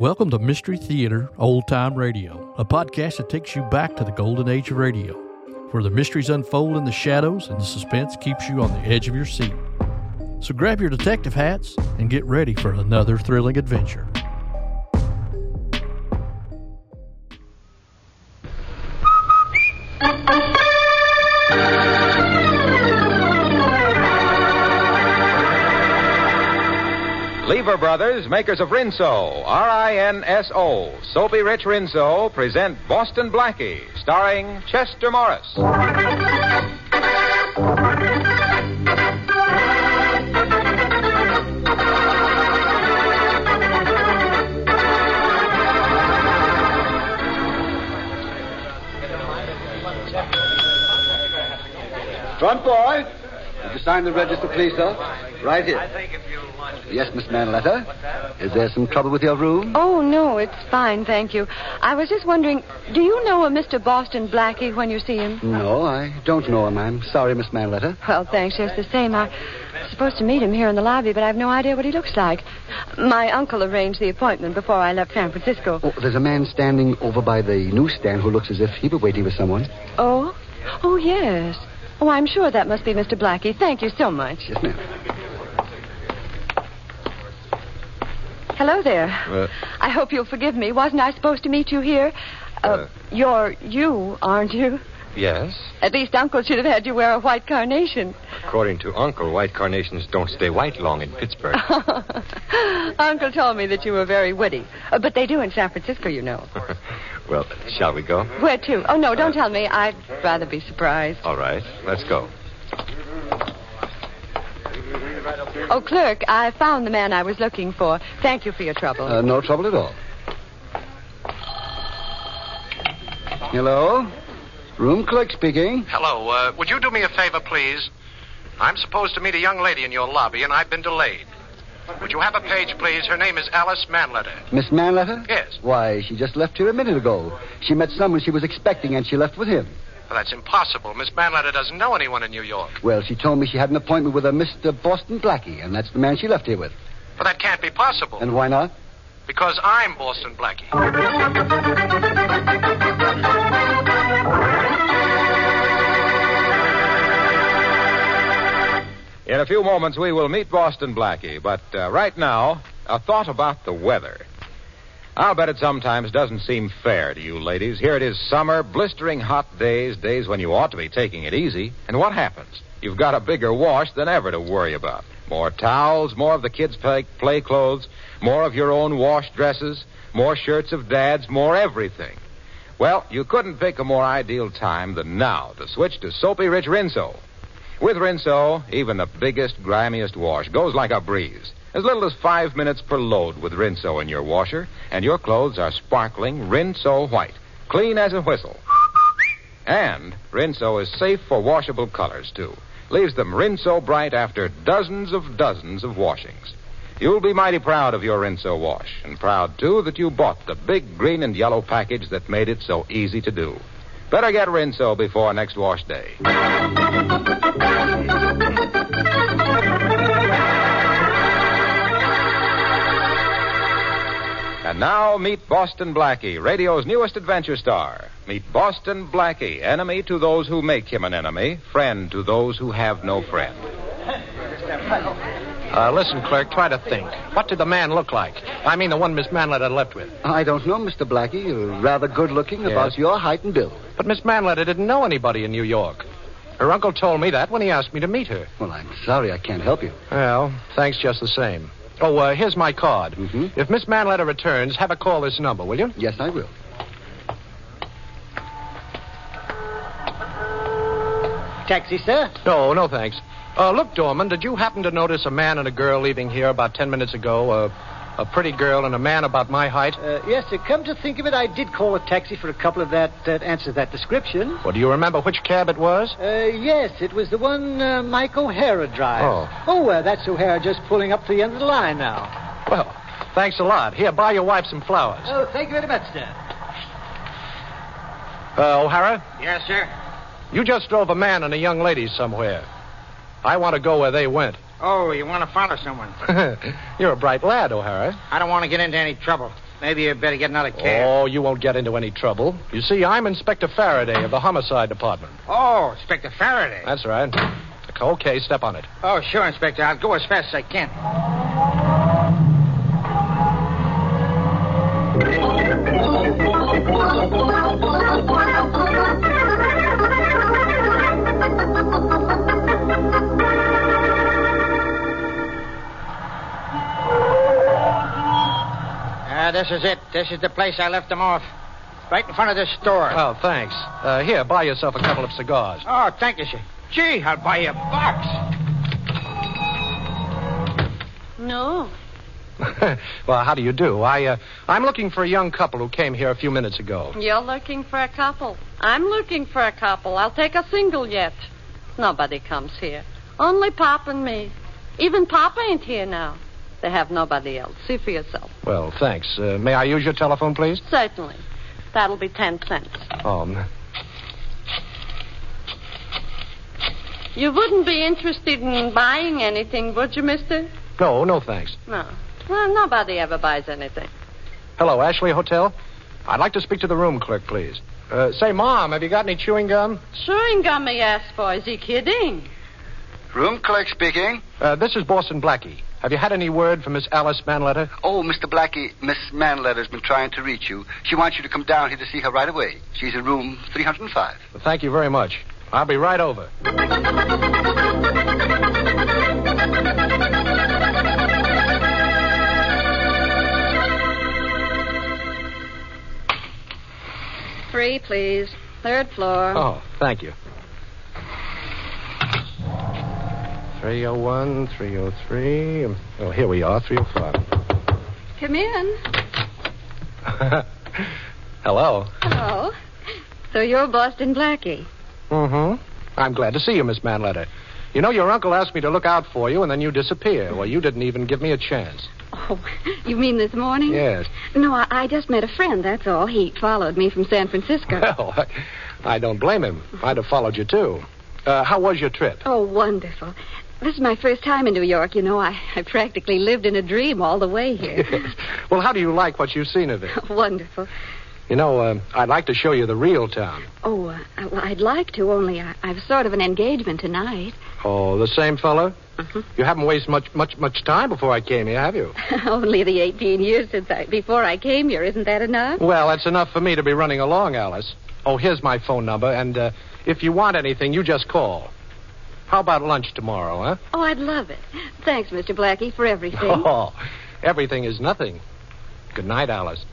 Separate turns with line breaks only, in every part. Welcome to Mystery Theater Old Time Radio, a podcast that takes you back to the golden age of radio, where the mysteries unfold in the shadows and the suspense keeps you on the edge of your seat. So grab your detective hats and get ready for another thrilling adventure.
Lever Brothers, makers of Rinso, R I N S O, Soapy Rich Rinso, present Boston Blackie, starring Chester Morris.
Front boy. Did you sign the register, please, sir? Right here. Yes, Miss Manletta. Is there some trouble with your room?
Oh, no, it's fine, thank you. I was just wondering, do you know a Mr. Boston Blackie when you see him?
No, I don't know him. I'm sorry, Miss Manletta.
Well, thanks, just the same. I was supposed to meet him here in the lobby, but I've no idea what he looks like. My uncle arranged the appointment before I left San Francisco.
Oh, there's a man standing over by the newsstand who looks as if he were waiting for someone.
Oh? Oh, yes. Oh, I'm sure that must be Mr. Blackie. Thank you so much.
Yes, ma'am.
Hello there. I hope you'll forgive me. Wasn't I supposed to meet you here? Uh, you're you, aren't you?
Yes?
At least Uncle should have had you wear a white carnation.
According to Uncle, white carnations don't stay white long in Pittsburgh.
Uncle told me that you were very witty. Uh, but they do in San Francisco, you know.
well, shall we go?
Where to? Oh, no, don't tell me. I'd rather be surprised.
All right, let's go.
Oh, clerk, I found the man I was looking for. Thank you for your trouble.
Uh, no trouble at all. Hello? Room clerk speaking.
Hello. Uh, would you do me a favor, please? I'm supposed to meet a young lady in your lobby, and I've been delayed. Would you have a page, please? Her name is Alice Manletter.
Miss Manletter?
Yes.
Why, she just left here a minute ago. She met someone she was expecting, and she left with him.
Well, that's impossible. Miss Manletter doesn't know anyone in New York.
Well, she told me she had an appointment with a Mr. Boston Blackie, and that's the man she left here with.
But that can't be possible.
And why not?
Because I'm Boston Blackie.
In a few moments, we will meet Boston Blackie, but uh, right now, a thought about the weather. I'll bet it sometimes doesn't seem fair to you ladies. Here it is summer, blistering hot days, days when you ought to be taking it easy. And what happens? You've got a bigger wash than ever to worry about. More towels, more of the kids' play, play clothes, more of your own wash dresses, more shirts of dad's, more everything. Well, you couldn't pick a more ideal time than now to switch to Soapy Rich Rinso. With Rinso, even the biggest, grimiest wash goes like a breeze. As little as five minutes per load with Rinso in your washer, and your clothes are sparkling Rinso white, clean as a whistle. And Rinso is safe for washable colors, too. Leaves them Rinso bright after dozens of dozens of washings. You'll be mighty proud of your Rinso wash, and proud, too, that you bought the big green and yellow package that made it so easy to do. Better get Rinso before next wash day. And now meet Boston Blackie, radio's newest adventure star. Meet Boston Blackie, enemy to those who make him an enemy, friend to those who have no friend.
Uh, listen, clerk, try to think. What did the man look like? I mean, the one Miss Manletta left with.
I don't know, Mr. Blackie. You're rather good looking, about your height and build.
But Miss Manletta didn't know anybody in New York. Her uncle told me that when he asked me to meet her.
Well, I'm sorry I can't help you.
Well, thanks just the same. Oh, uh, here's my card.
Mhm.
If Miss Manletta returns, have her call this number, will you?
Yes, I will.
Taxi, sir?
No, no thanks. Uh, look, Dorman, did you happen to notice a man and a girl leaving here about ten minutes ago? Uh, a pretty girl and a man about my height?
Uh, yes, sir. Come to think of it, I did call a taxi for a couple of that that answers that description.
Well, do you remember which cab it was?
Uh, yes, it was the one uh, Mike O'Hara drives.
Oh.
oh uh, that's O'Hara just pulling up to the end of the line now.
Well, thanks a lot. Here, buy your wife some flowers.
Oh, thank you very much, sir.
oh,
Uh, O'Hara,
Yes, sir.
you just drove a man and a young lady somewhere. I want to go where they went.
Oh, you want to follow someone?
You're a bright lad, O'Hara.
I don't want to get into any trouble. Maybe you better get another cab.
Oh, you won't get into any trouble. You see, I'm Inspector Faraday of the Homicide Department.
Oh, Inspector Faraday.
That's right. Okay, step on it.
Oh, sure, Inspector. I'll go as fast as I can. Ah, this is it. This is the place I left them off. Right in front of this store.
Oh, thanks. Uh, here, buy yourself a couple of cigars.
Oh, thank you, sir. Gee, I'll buy you a box.
No.
well, how do you do? I, uh, I'm looking for a young couple who came here a few minutes ago.
You're looking for a couple. I'm looking for a couple. I'll take a single yet. Nobody comes here. Only Pop and me. Even Pop ain't here now. They have nobody else. See for yourself.
Well, thanks. Uh, may I use your telephone, please?
Certainly. That'll be ten cents.
Um,
You wouldn't be interested in buying anything, would you, mister?
no, no thanks.
No. Well, nobody ever buys anything.
Hello, Ashley Hotel. I'd like to speak to the room clerk, please. Uh, say, Mom, have you got any chewing gum?
Chewing gum he asked for. Is he kidding?
Room clerk speaking.
Uh, this is Boston Blackie. Have you had any word from Miss Alice Manletter?
Oh, Mr. Blackie, Miss Manletter's been trying to reach you. She wants you to come down here to see her right away. She's in room 305.
Thank you very much. I'll be right over.
Three, please. Third floor.
Oh, thank you. 301, 303. Oh, here we are, 305.
Come in.
Hello.
Hello. So you're Boston Blackie.
Mm hmm. I'm glad to see you, Miss Manletter. You know, your uncle asked me to look out for you, and then you disappear. Well, you didn't even give me a chance.
Oh, you mean this morning?
Yes.
No, I, I just met a friend, that's all. He followed me from San Francisco.
Well, I, I don't blame him. I'd have followed you, too. Uh, how was your trip?
Oh, wonderful. This is my first time in New York, you know. I, I practically lived in a dream all the way here.
well, how do you like what you've seen of it?
wonderful.
You know, uh, I'd like to show you the real town.
Oh, uh, I- well, I'd like to, only I, I've sort of an engagement tonight.
Oh, the same fellow?
Mhm.
You haven't wasted much, much, much time before I came here, have you?
only the 18 years since I, before I came here. Isn't that enough?
Well, that's enough for me to be running along, Alice. Oh, here's my phone number, and uh, if you want anything, you just call. How about lunch tomorrow, huh?
Oh, I'd love it. Thanks, Mr. Blackie, for everything.
Oh, everything is nothing. Good night, Alice.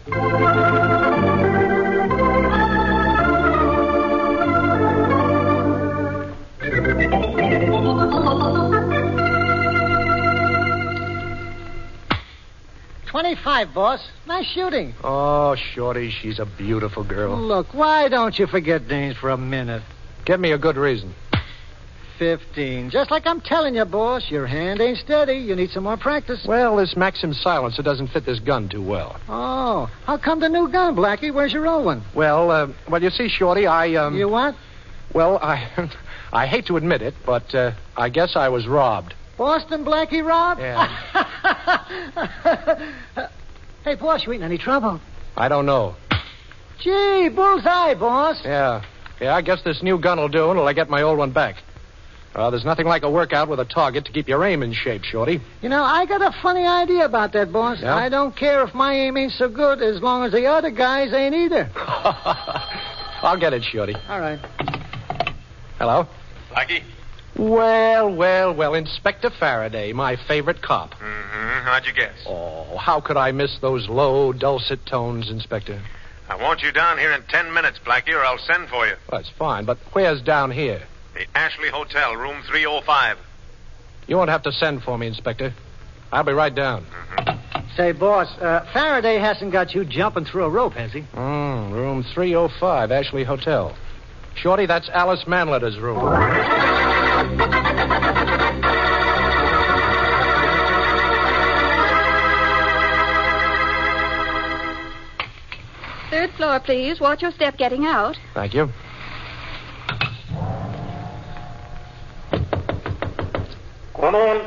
Twenty-five, boss. Nice shooting.
Oh, Shorty, she's a beautiful girl.
Look, why don't you forget names for a minute?
Give me a good reason.
15. Just like I'm telling you, boss, your hand ain't steady. You need some more practice.
Well, this Maxim silencer doesn't fit this gun too well.
Oh, how come the new gun, Blackie? Where's your old one?
Well, uh, well, you see, Shorty, I, um,
You what?
well, I, I hate to admit it, but uh, I guess I was robbed.
Boston Blackie Rob? hey, boss, you ain't in any trouble.
I don't know.
Gee, bullseye, boss.
Yeah, yeah, I guess this new gun will do until I get my old one back. Uh, there's nothing like a workout with a target to keep your aim in shape, Shorty.
You know, I got a funny idea about that, boss.
Yeah?
I don't care if my aim ain't so good as long as the other guys ain't either.
I'll get it, Shorty.
All right.
Hello?
Blackie?
Well, well, well, Inspector Faraday, my favorite cop.
Mm-hmm. How'd you guess?
Oh, how could I miss those low, dulcet tones, Inspector?
I want you down here in ten minutes, Blackie, or I'll send for you.
Well, that's fine, but where's down here?
The Ashley Hotel, room 305.
You won't have to send for me, Inspector. I'll be right down.
Mm-hmm. Say, boss, uh, Faraday hasn't got you jumping through a rope, has he?
Mm, room 305, Ashley Hotel. Shorty, that's Alice Manletter's room.
Third floor, please. Watch your step getting out.
Thank you.
Come on.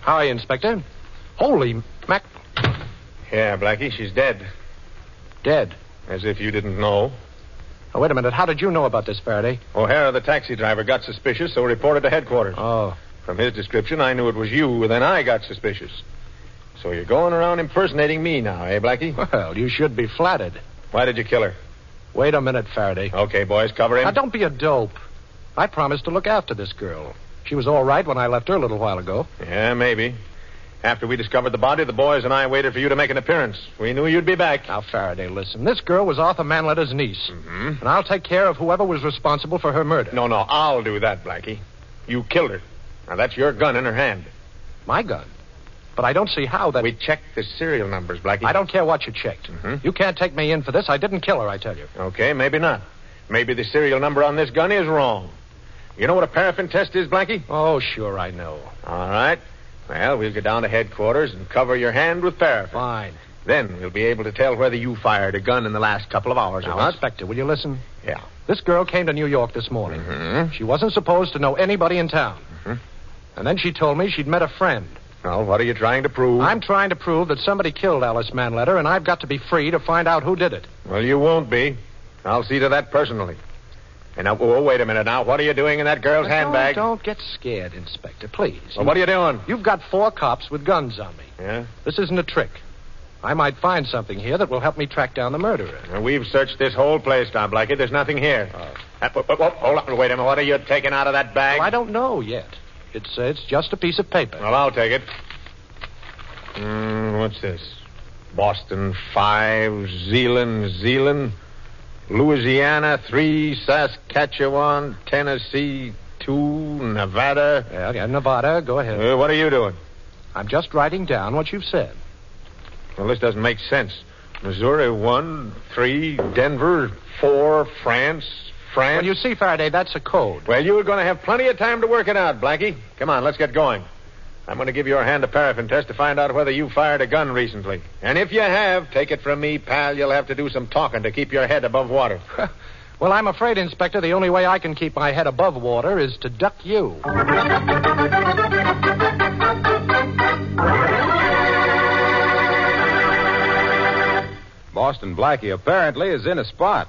How are you, Inspector? Holy Mac.
Yeah, Blackie, she's dead.
Dead.
As if you didn't know.
Oh, wait a minute. How did you know about this, Faraday?
O'Hara, the taxi driver, got suspicious, so reported to headquarters.
Oh.
From his description, I knew it was you, then I got suspicious. So you're going around impersonating me now, eh, Blackie?
Well, you should be flattered.
Why did you kill her?
Wait a minute, Faraday.
Okay, boys, cover him.
Now, don't be a dope. I promised to look after this girl. She was all right when I left her a little while ago.
Yeah, maybe. After we discovered the body, the boys and I waited for you to make an appearance. We knew you'd be back.
Now, Faraday, listen. This girl was Arthur Manletter's niece.
Mhm.
And I'll take care of whoever was responsible for her murder.
No, no, I'll do that, Blackie. You killed her. Now, that's your gun in her hand.
My gun. But I don't see how that.
We checked the serial numbers, Blackie.
I don't care what you checked.
Mhm.
You can't take me in for this. I didn't kill her, I tell you.
Okay, maybe not. Maybe the serial number on this gun is wrong. You know what a paraffin test is, Blackie?
Oh, sure, I know.
All right. Well, we'll go down to headquarters and cover your hand with paraffin.
Fine.
Then we'll be able to tell whether you fired a gun in the last couple of hours
Now,
or not.
Inspector, will you listen?
Yeah.
This girl came to New York this morning.
Mhm.
She wasn't supposed to know anybody in town.
Mhm.
And then she told me she'd met a friend.
Well, what are you trying to prove?
I'm trying to prove that somebody killed Alice Manletter, and I've got to be free to find out who did it.
Well, you won't be. I'll see to that personally. And now, oh, wait a minute now. What are you doing in that girl's
Now,
handbag?
Don't, don't get scared, Inspector, please.
Well, what are you doing?
You've got four cops with guns on me.
Yeah?
This isn't a trick. I might find something here that will help me track down the murderer.
Now, we've searched this whole place, Tom Blackett. There's nothing here.
Oh.
Uh, wh- wh- wh- hold on. Wait a minute. What are you taking out of that bag?
Well, I don't know yet. It's uh, it's just a piece of paper.
Well, I'll take it. Mm, what's this? Boston 5, Zealand, Zealand, Louisiana 3, Saskatchewan, Tennessee 2, Nevada.
Yeah, okay, Nevada, go ahead.
Uh, what are you doing?
I'm just writing down what you've said.
Well, this doesn't make sense. Missouri, one, three, Denver, four, France, France.
Well, you see, Faraday, that's a code.
Well, you were going to have plenty of time to work it out, Blackie. Come on, let's get going. I'm going to give your hand a paraffin test to find out whether you fired a gun recently. And if you have, take it from me, pal, you'll have to do some talking to keep your head above water.
Well, I'm afraid, Inspector, the only way I can keep my head above water is to duck you.
Boston Blackie apparently is in a spot.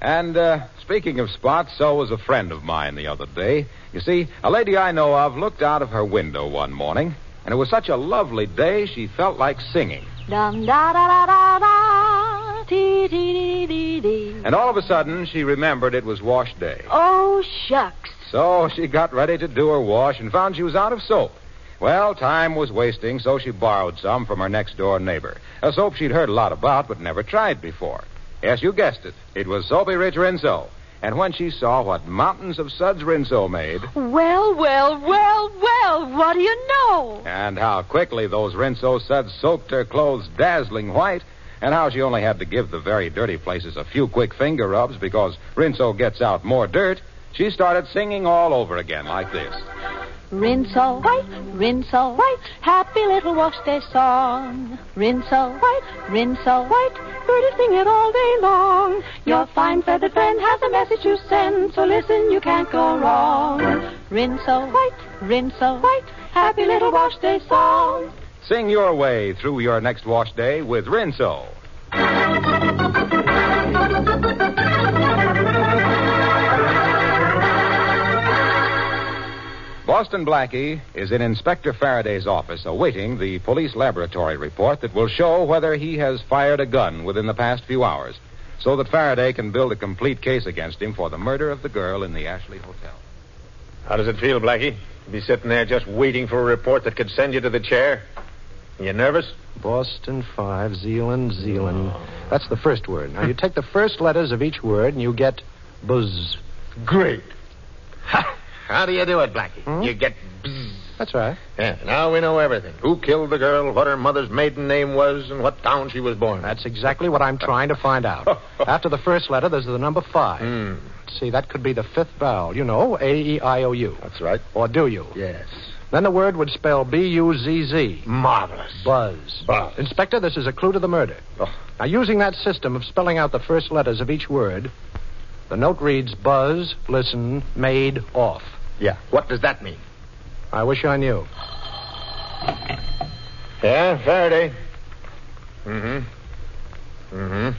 And uh, speaking of spots, so was a friend of mine the other day. You see, a lady I know of looked out of her window one morning, and it was such a lovely day she felt like singing.
Dum da da da da da. Dee dee dee dee dee.
And all of a sudden, she remembered it was wash day.
Oh, shucks.
So she got ready to do her wash and found she was out of soap. Well, time was wasting, so she borrowed some from her next door neighbor. A soap she'd heard a lot about but never tried before. Yes, you guessed it. It was Soapy Rich Rinso. And when she saw what mountains of suds Rinso made,
Well, well, well, well. What do you know?
and how quickly those Rinso suds soaked her clothes dazzling white, and how she only had to give the very dirty places a few quick finger rubs because Rinso gets out more dirt, She started singing all over again, like this.
Rinse all white, rinse all white, happy little wash day song. Rinse all white, rinse all white, birdie sing it all day long. Your fine feathered friend has a message to send, so listen, you can't go wrong. Rinse all white, rinse all white, happy little wash day song.
Sing your way through your next wash day with Rinso. Boston Blackie is in Inspector Faraday's office awaiting the police laboratory report that will show whether he has fired a gun within the past few hours so that Faraday can build a complete case against him for the murder of the girl in the Ashley Hotel.
How does it feel, Blackie? To be sitting there just waiting for a report that could send you to the chair? You nervous?
Boston 5, Zealand, Zealand. That's the first word. Now, you take the first letters of each word and you get buzz.
Great. How do you do it, Blackie? You get bzzz.
That's right.
Yeah, now we know everything. Who killed the girl, what her mother's maiden name was, and what town she was born.
That's exactly what I'm trying to find out. After the first letter, there's the number 5.
Hmm.
See, that could be the fifth vowel. You know, A E I O U.
That's right.
Or do you?
Yes.
Then the word would spell B U Z Z.
Marvelous.
Buzz.
Buzz. Oh.
Inspector, this is a clue to the murder. Now, using that system of spelling out the first letters of each word, the note reads buzz, listen, made, off.
Yeah. What does that mean?
I wish I knew.
Yeah, Faraday. Mm hmm. Mm hmm.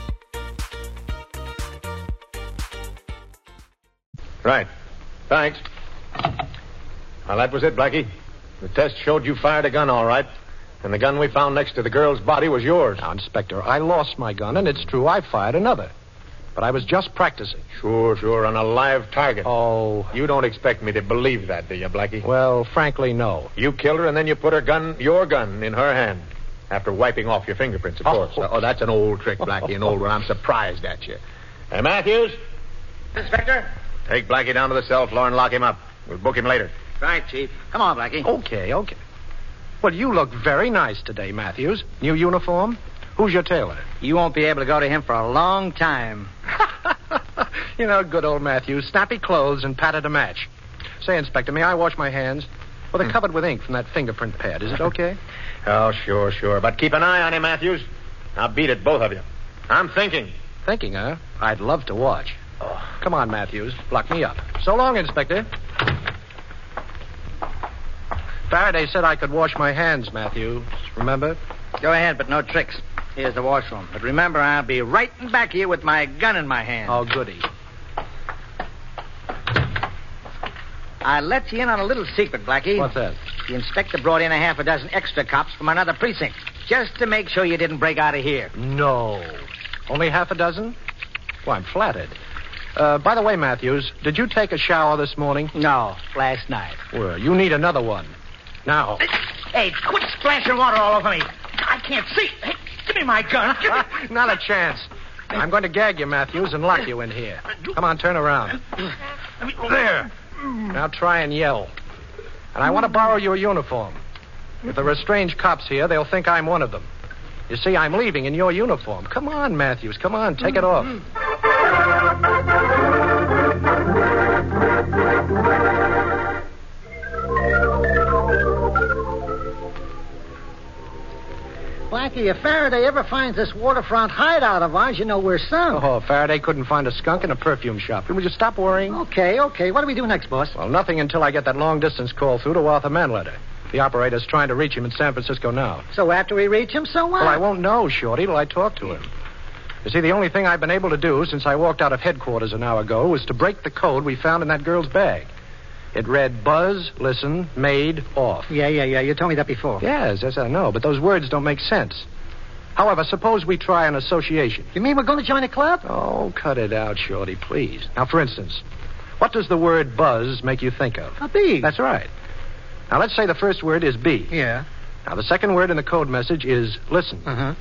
Right. Thanks. Well, that was it, Blackie. The test showed you fired a gun, all right. And the gun we found next to the girl's body was yours.
Now, Inspector, I lost my gun, and it's true I fired another. But I was just practicing.
Sure, sure, on a live target.
Oh.
You don't expect me to believe that, do you, Blackie?
Well, frankly, no.
You killed her, and then you put her gun, your gun, in her hand. After wiping off your fingerprints, of course. Oh, that's an old trick, Blackie, an old one. I'm surprised at you. Hey, Matthews,
Inspector?
take Blackie down to the cell floor and lock him up. We'll book him later.
Right, Chief. Come on, Blackie.
Okay, okay. Well, you look very nice today, Matthews. New uniform? Who's your tailor?
You won't be able to go to him for a long time.
You know, good old Matthews. Snappy clothes and padded a match. Say, Inspector, may I wash my hands? Well,
Hmm.
they're covered with ink from that fingerprint pad. Is it okay?
Oh, sure, sure. But keep an eye on him, Matthews. I'll beat it, both of you. I'm thinking.
Thinking, huh? I'd love to watch. Come on, Matthews. Lock me up. So long, Inspector. Faraday said I could wash my hands, Matthews. Remember?
Go ahead, but no tricks. Here's the washroom. But remember, I'll be right back here with my gun in my hand.
Oh, goody.
I let you in on a little secret, Blackie.
What's that?
The inspector brought in a half a dozen extra cops from another precinct just to make sure you didn't break out of here.
Mm. No. Only half a dozen? Well, I'm flattered. Uh, by the way, Matthews, did you take a shower this morning?
No, last night.
Well, you need another one. Now.
Hey, quit splashing water all over me. I can't see. Hey, give me my gun. Give me...
Not a chance. I'm going to gag you, Matthews, and lock you in here. Come on, turn around.
There.
Now try and yell. And I want to borrow your uniform. If there are strange cops here, they'll think I'm one of them. You see, I'm leaving in your uniform. Come on, Matthews. Come on, take it off.
Hmm.
Blackie, if Faraday ever finds this waterfront hideout of ours, you know we're sunk.
Oh, Faraday couldn't find a skunk in a perfume shop. Would you stop worrying?
Okay, okay. What do we do next, boss?
Well, nothing until I get that long distance call through to Arthur Manletter. The operator's trying to reach him in San Francisco now.
So after we reach him, so what?
Well, Oh, I won't know, Shorty, till I talk to him. You see, the only thing I've been able to do since I walked out of headquarters an hour ago was to break the code we found in that girl's bag. It read buzz, listen, made, off.
Yeah, yeah, yeah. You told me that before.
Yes, yes, I know, but those words don't make sense. However, suppose we try an association.
You mean we're going to join a club?
Oh, cut it out, Shorty, please. Now, for instance, what does the word buzz make you think of?
A bee.
That's right. Now, let's say the first word is B.
Yeah.
Now, the second word in the code message is listen.
Uh huh.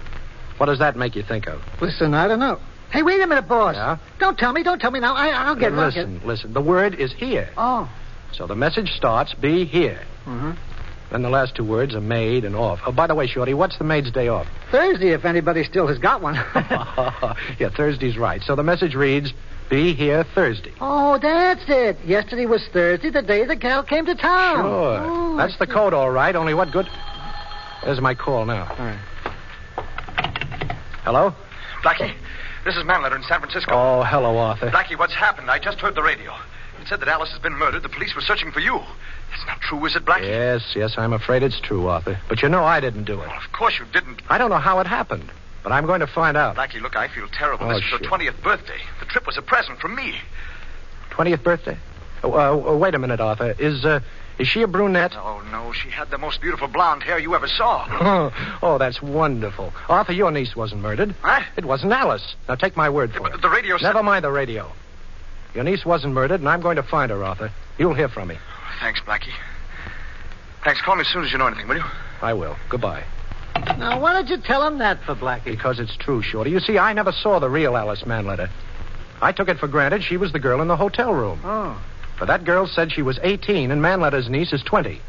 What does that make you think of?
Listen, I don't know. Hey, wait a minute, boss.
Yeah?
Don't tell me. Don't tell me now. I, I'll get I'll
listen,
get-
listen. The word is here.
Oh.
So the message starts, be here.
Mm-hmm.
Then the last two words are made and off. Oh, by the way, Shorty, what's the maid's day off?
Thursday, if anybody still has got one.
yeah, Thursday's right. So the message reads, be here Thursday.
oh, that's it. Yesterday was Thursday, the day the gal came to town.
Sure.
Oh,
That's the code, all right, only what good. There's my call now.
All right.
Hello?
Blackie, this is Manletter in San Francisco.
Oh, hello, Arthur.
Blackie, what's happened? I just heard the radio. It said that Alice has been murdered. The police were searching for you. That's not true, is it, Blackie?
Yes, yes, I'm afraid it's true, Arthur. But you know I didn't do it.
Of course you didn't.
I don't know how it happened, but I'm going to find out.
Blackie, look, I feel terrible.
Oh,
this is your
shit.
20th birthday. The trip was a present from me.
20th birthday? Oh, uh, uh, wait a minute, Arthur. Is, uh, is she a brunette?
Oh, no, she had the most beautiful blonde hair you ever saw.
Oh, oh, that's wonderful. Arthur, your niece wasn't murdered.
What?
It wasn't Alice. Now take my word for it.
The radio said...
Never mind the radio. Your niece wasn't murdered, and I'm going to find her, Arthur. You'll hear from me.
Thanks, Blackie. Thanks. Call me as soon as you know anything, will you?
I will. Goodbye.
Now, why did you tell him that for, Blackie?
Because it's true, Shorty. You see, I never saw the real Alice Manletter. I took it for granted she was the girl in the hotel room.
Oh.
But that girl said she was 18 and Manletter's niece is 20.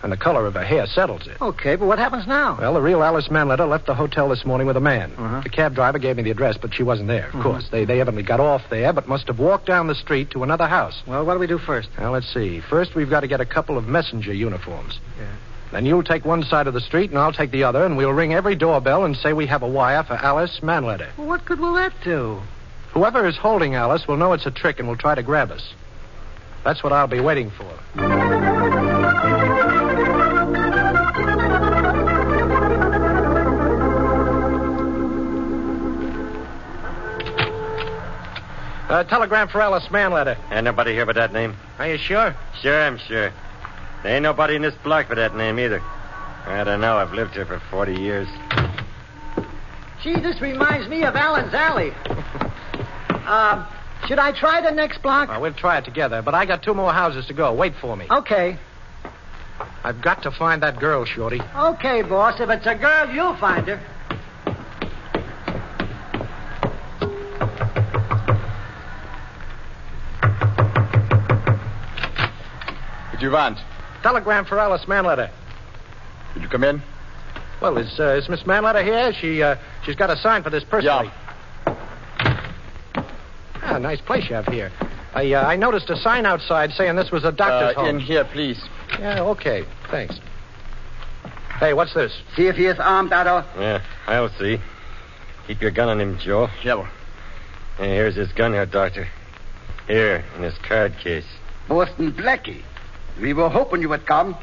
And the color of her hair settles
Oh.
it.
Oh. Okay, but what happens now?
Well, the real Alice Manletter left the hotel this morning with a man.
Uh-huh.
The cab driver gave me the address, but she wasn't there, of
Mhm.
course. They, they evidently got off there, but must have walked down the street to another house.
Well, what do we do first?
Now, let's see. First, we've got to get a couple of messenger uniforms.
Yeah.
Then you'll take one side of the street, and I'll take the other, and we'll ring every doorbell and say we have a wire for Alice Manletter.
Well, what good will that do?
Whoever is holding Alice will know it's a trick and will try to grab us. That's what I'll be waiting for. Uh, telegram for Alice Manletter.
Ain't nobody here by that name.
Are you sure?
Sure, I'm sure. There ain't nobody in this block by that name either. I don't know. I've lived here for 40 years.
Gee, this reminds me of Alan's Alley. Um, should I try the next block?
Well, we'll try it together, but I got two more houses to go. Wait for me.
Okay.
I've got to find that girl, Shorty.
Okay, boss. If it's a girl, you'll find her.
What do you want?
Telegram for Alice Manletter.
Did you come in?
Well, is, uh, is Miss Manletter here? She, uh, she's got a sign for this person. Yeah. Ah, nice place you have here. I, uh, I noticed a sign outside saying this was a doctor's
Uh,
home.
in here, please.
Yeah, okay. Thanks. Hey, what's this?
See if he is armed, Otto.
Yeah, I'll see. Keep your gun on him, Joe.
Yeah.
Hey, here's his gun here, Doctor. Here, in his card case.
Boston Blackie. We were hoping you would come.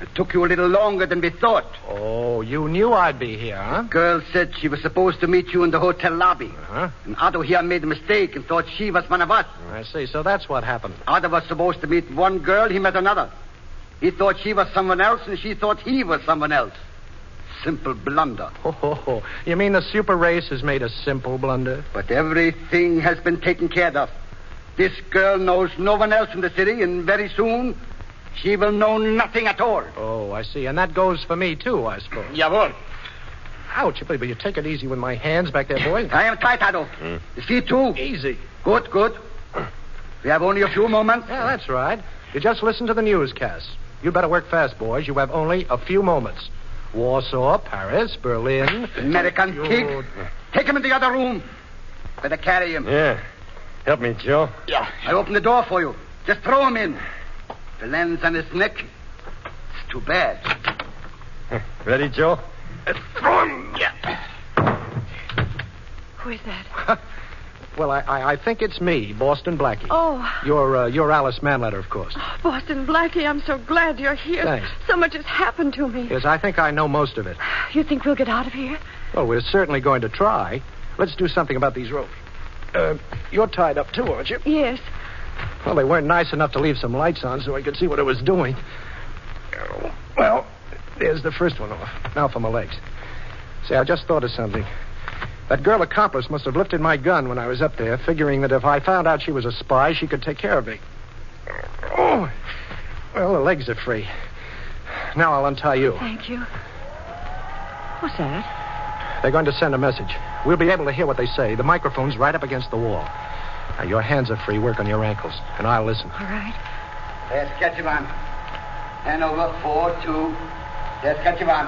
It took you a little longer than we thought.
Oh, you knew I'd be here, huh?
Girl said she was supposed to meet you in the hotel lobby.
Huh?
And Otto here made a mistake and thought she was one of us.
I see. So that's what happened.
Otto was supposed to meet one girl, he met another. He thought she was someone else, and she thought he was someone else. Simple blunder.
Oh, you mean the super race has made a simple blunder?
But everything has been taken care of. This girl knows no one else in the city, and very soon she will know nothing at all.
Oh, I see. And that goes for me, too, I suppose.
Jawohl.
Ouch, but you take it easy with my hands back there, boy.
I am tight, Otto.
Hmm.
Is he too?
Easy.
Good, good. We have only a few moments.
Yeah, that's right. You just listen to the newscast. You better work fast, boys. You have only a few moments. Warsaw, Paris, Berlin.
American
You-
pig. Take him in the other room. Better carry him.
Yeah. Help me, Joe.
Yeah. I open the door for you. Just throw him in. The lens on his neck. It's too bad.
Ready, Joe?
Who is that?
Well, I, I, I think it's me, Boston Blackie.
Oh,
You're, uh, you're Alice Manletter, of course.
Boston Blackie, I'm so glad you're here.
Thanks.
So much has happened to me.
Yes, I think I know most of it.
You think we'll get out of here?
Well, we're certainly going to try. Let's do something about these ropes. Uh, you're tied up too, aren't you?
Yes.
Well, they weren't nice enough to leave some lights on so I could see what it was doing. Oh, Well, there's the first one off. Now for my legs. Say, I just thought of something. That girl accomplice must have lifted my gun when I was up there, figuring that if I found out she was a spy, she could take care of me. Oh, well, the legs are free. Now I'll untie you.
Thank you. What's that?
They're going to send a message. We'll be able to hear what they say. The microphone's right up against the wall. Now, your hands are free. Work on your ankles, and I'll listen.
All right.
Yes, catch him on. Hand over four, two. Yes, catch him on.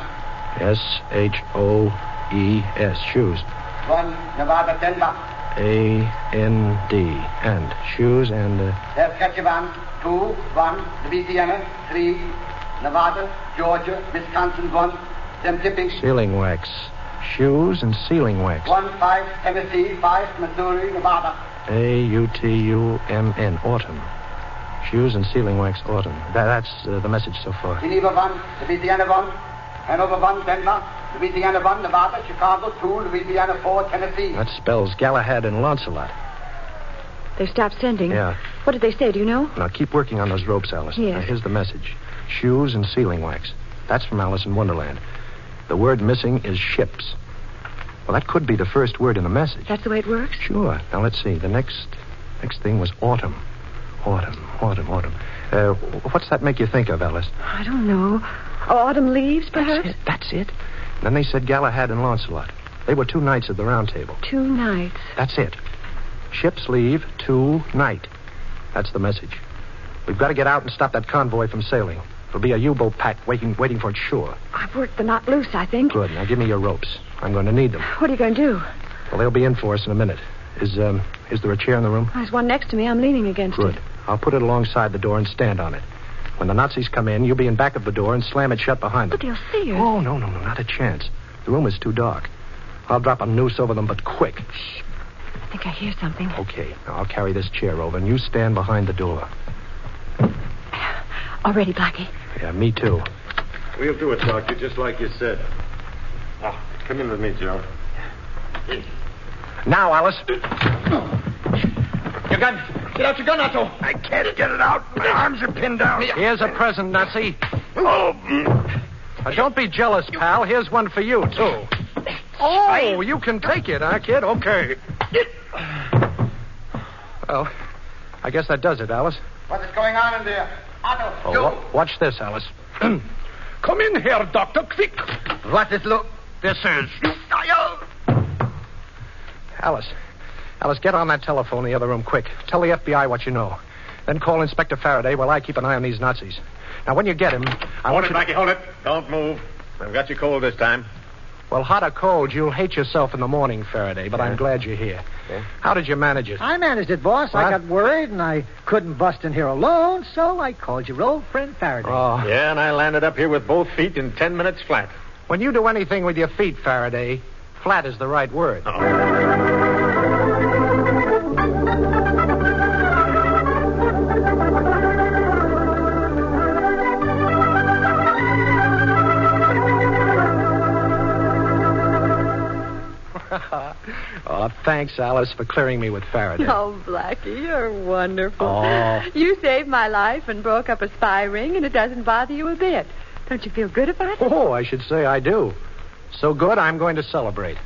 S H O E S. Shoes.
One, Nevada, ten bucks.
A N D. And shoes and. Uh,
Yes, catch him on. Two, one, Louisiana, three, Nevada, Georgia, Wisconsin, one, them tipping.
Sealing wax. Shoes and sealing wax.
One, five, Tennessee, five, Missouri, Nevada.
A U T U M N. Autumn. Shoes and sealing wax autumn. That, that's uh, the message so far.
Geneva, one, Louisiana, one, Hanover, one, Denver, Louisiana, one, Nevada, Chicago, two, Louisiana, four, Tennessee.
That spells Galahad and Lancelot.
They stopped sending.
Yeah.
What did they say? Do you know?
Now keep working on those ropes, Alice.
Yes.
Now, here's the message: shoes and sealing wax. That's from Alice in Wonderland. The word missing is ships. Well, that could be the first word in the message.
That's the way it works?
Sure. Now let's see. The next next thing was autumn. Autumn, autumn, autumn. Uh, what's that make you think of, Alice?
I don't know. Oh, autumn leaves, perhaps?
That's it. Then they said Galahad and Launcelot. They were two knights of the Round Table.
Two nights.
That's it. Ships leave tonight. That's the message. We've got to get out and stop that convoy from sailing. It'll be a U-boat pack waiting, waiting for it sure.
I've worked the knot loose, I think.
Good. Now give me your ropes. I'm going to need them.
What are you going to do?
Well, they'll be in for us in a minute. Is um, is there a chair in the room?
There's one next to me. I'm leaning against
Good. I'll put it alongside the door and stand on it. When the Nazis come in, you'll be in back of the door and slam it shut behind them.
But they'll see us.
Oh no, no, no, not a chance. The room is too dark. I'll drop a noose over them, but quick.
it. I think I hear something.
Okay. Now I'll carry this chair over, and you stand behind the door.
Already, Blackie.
Yeah, me too.
We'll do it, Doctor, just like you said. Oh, come in with me, Joe.
Now, Alice.
Your gun. Get out your gun, Otto. I can't get it out. My arms are pinned down. mm.
Here's a present, Nazi. Oh. don't be jealous, pal. Here's one for you, too. Oh, you can take it, huh, kid? Okay.
Oh.
Well, I guess that does it, Alice.
What is going on in there? Otto,
Oh, wa- watch this, Alice.
Come in here, Doctor, quick. What is look? This is.
Alice. Alice, get on that telephone in the other room quick. Tell the FBI what you know. Then call Inspector Faraday while I keep an eye on these Nazis. Now, when you get him, I
hold
want
it,
you...
Blackie, hold it. Don't move. I've got you cold this time.
Well, hot or cold, you'll hate yourself in the morning, Faraday, but I'm glad you're here. How did you manage it?
I managed it, boss. I
What?
got worried and I couldn't bust in here alone, so I called your old friend Faraday.
Oh.
Yeah, and I landed up here with both feet in ten minutes flat.
When you do anything with your feet, Faraday, flat is the right word. Oh, thanks, Alice, for clearing me with Faraday.
Oh, Blackie, you're wonderful.
Oh.
You saved my life and broke up a spy ring, and it doesn't bother you a bit. Don't you feel good about it?
Oh, I should say I do. So good, I'm going to celebrate.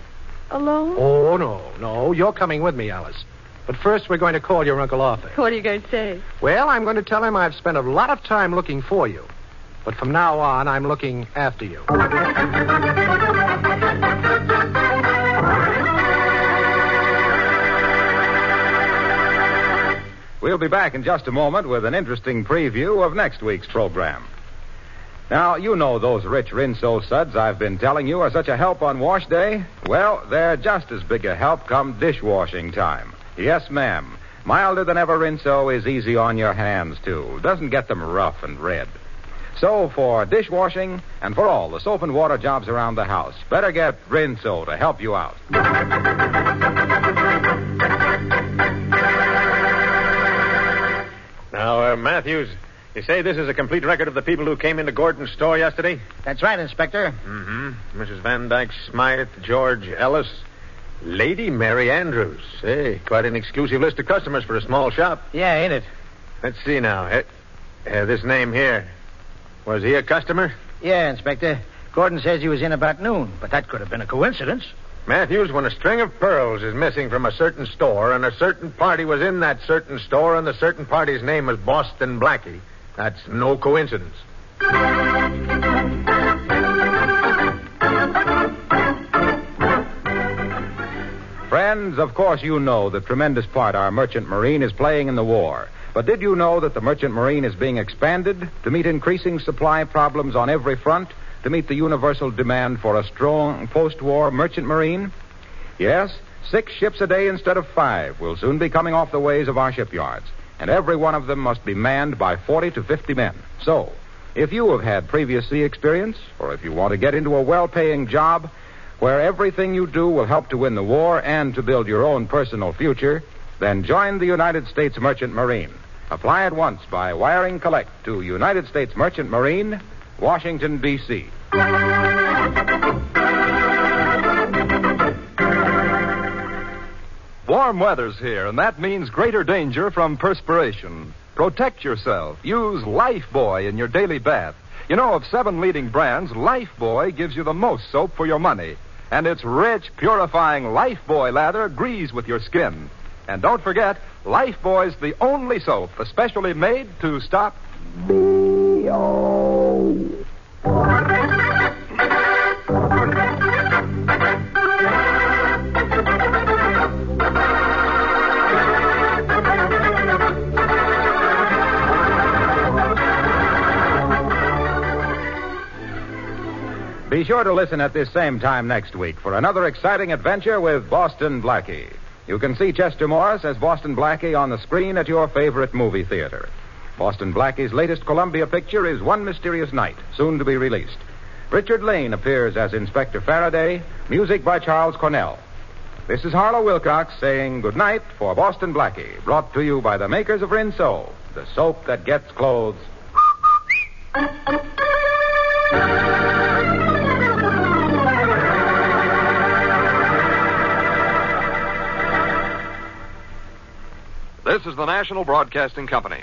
Alone?
Oh, no, no. You're coming with me, Alice. But first, we're going to call your Uncle Arthur.
What are you going to say?
Well, I'm going to tell him I've spent a lot of time looking for you. But from now on, I'm looking after you.
We'll be back in just a moment with an interesting preview of next week's program. Now, you know those rich Rinso suds I've been telling you are such a help on wash day? Well, they're just as big a help come dishwashing time. Yes, ma'am. Milder than ever Rinso is easy on your hands, too. Doesn't get them rough and red. So for dishwashing and for all the soap and water jobs around the house, better get Rinso to help you out.
Now, uh, Matthews, you say this is a complete record of the people who came into Gordon's store yesterday?
That's right, Inspector.
Mm-hmm. Mrs. Van Dyke Smythe, George Ellis, Lady Mary Andrews. Hey, quite an exclusive list of customers for a small shop.
Yeah, ain't it?
Let's see now. Eh, eh, this name here. Was he a customer?
Yeah, Inspector. Gordon says he was in about noon, but that could have been a coincidence.
Matthews, when a string of pearls is missing from a certain store, and a certain party was in that certain store, and the certain party's name was Boston Blackie, that's no coincidence.
Friends, of course you know the tremendous part our merchant marine is playing in the war. But did you know that the merchant marine is being expanded to meet increasing supply problems on every front, to meet the universal demand for a strong post war merchant marine? Yes, six ships a day instead of five will soon be coming off the ways of our shipyards, and every one of them must be manned by 40 to 50 men. So, if you have had previous sea experience, or if you want to get into a well paying job, where everything you do will help to win the war and to build your own personal future, then join the United States Merchant Marine. Apply at once by wiring collect to United States Merchant Marine, Washington, D.C.
Warm weather's here, and that means greater danger from perspiration. Protect yourself. Use Lifebuoy in your daily bath. You know, of seven leading brands, Lifebuoy gives you the most soap for your money. And its rich, purifying Lifebuoy lather agrees with your skin. And don't forget, Lifebuoy's the only soap especially made to stop.
Be sure to listen at this same time next week for another exciting adventure with Boston Blackie. You can see Chester Morris as Boston Blackie on the screen at your favorite movie theater. Boston Blackie's latest Columbia picture is One Mysterious Night, soon to be released. Richard Lane appears as Inspector Faraday, music by Charles Cornell. This is Harlow Wilcox saying good night for Boston Blackie, brought to you by the makers of Rinso, the soap that gets clothes
This is the National Broadcasting Company.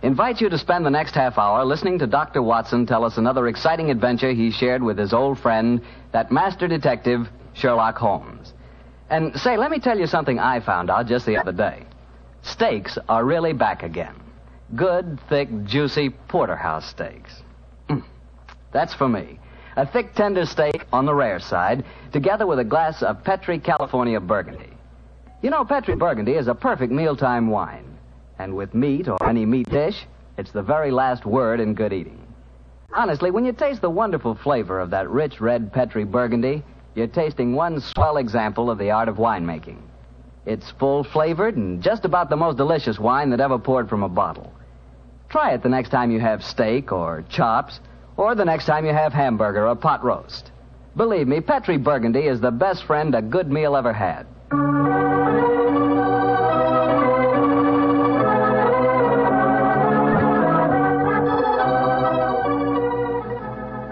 invites you to spend the next half hour listening to Dr. Watson tell us another exciting adventure he shared with his old friend, that master detective, Sherlock Holmes. And say, let me tell you something I found out just the other day. Steaks are really back again. Good, thick, juicy porterhouse steaks. Mm, That's for me. A thick, tender steak on the rare side, together with a glass of Petri California Burgundy. You know, Petri Burgundy is a perfect mealtime wine. And with meat or any meat dish, it's the very last word in good eating. Honestly, when you taste the wonderful flavor of that rich red Petri Burgundy, you're tasting one swell example of the art of winemaking. It's full flavored and just about the most delicious wine that ever poured from a bottle. Try it the next time you have steak or chops, or the next time you have hamburger or pot roast. Believe me, Petri Burgundy is the best friend a good meal ever had.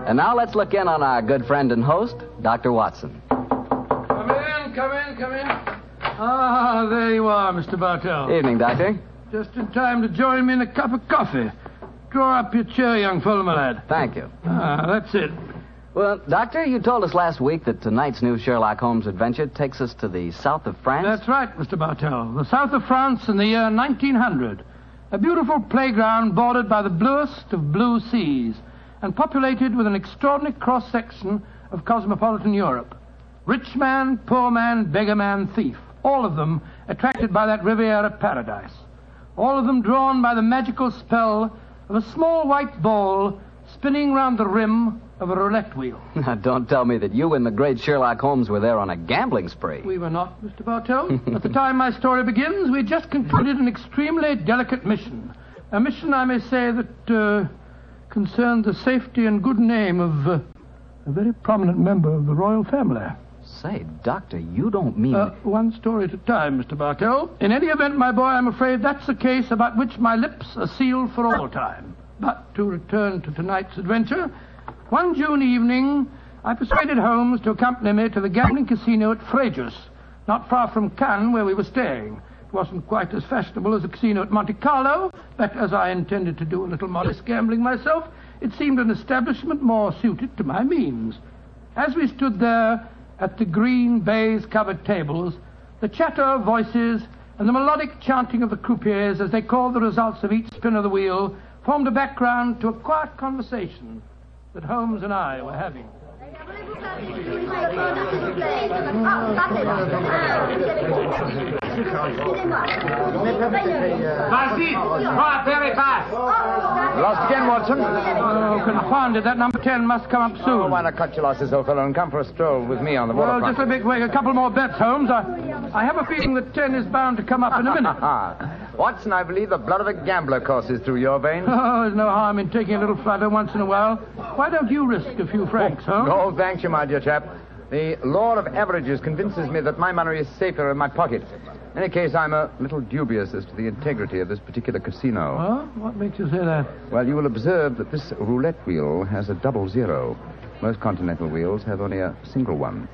And now let's look in on our good friend and host, Dr. Watson.
Come in, come in, come in. Ah, there you are, Mr. Bartell.
Evening, Doctor.
Just in time to join me in a cup of coffee. Draw up your chair, young fellow, my lad.
Thank you.
Ah, that's it.
Well, Doctor, you told us last week that tonight's new Sherlock Holmes adventure takes us to the south of France.
That's right, Mr. Bartell. The south of France in the year 1900. A beautiful playground bordered by the bluest of blue seas and populated with an extraordinary cross section of cosmopolitan Europe. Rich man, poor man, beggar man, thief. All of them attracted by that Riviera paradise. All of them drawn by the magical spell of a small white ball spinning round the rim of a roulette wheel.
Now, don't tell me that you and the great Sherlock Holmes were there on a gambling spree.
We were not, Mr. Bartell. At the time my story begins, we had just concluded an extremely delicate mission. A mission, I may say, that uh, concerned the safety and good name of uh, a very prominent member of the royal family.
Say, Doctor, you don't mean.
Uh, one story at a time, Mr. Bartell. In any event, my boy, I'm afraid that's a case about which my lips are sealed for all time. But to return to tonight's adventure, one June evening, I persuaded Holmes to accompany me to the gambling casino at Frejus, not far from Cannes, where we were staying. It wasn't quite as fashionable as the casino at Monte Carlo, but as I intended to do a little modest gambling myself, it seemed an establishment more suited to my means. As we stood there at the green baize covered tables, the chatter of voices and the melodic chanting of the croupiers as they called the results of each spin of the wheel formed a background to a quiet conversation that Holmes and I were having.
Pass it! very fast!
Lost again, Watson.
Oh, confounded. That number 10 must come up soon.
Oh, why not cut your losses, old fellow, and come for a stroll with me on the
Well,
waterfront?
just let me wait a couple more bets, Holmes. I, I have a feeling that 10 is bound to come up in a minute.
Watson, I believe the blood of a gambler courses through your veins.
Oh, there's no harm in taking a little flutter once in a while. Why don't you risk a few francs, Holmes?
No, thank you, my dear chap. The law of averages convinces me that my money is safer in my pocket. In any case, I'm a little dubious as to the integrity of this particular casino.
Huh? What makes you say that?
Well, you will observe that this roulette wheel has a double zero. Most continental wheels have only a single one.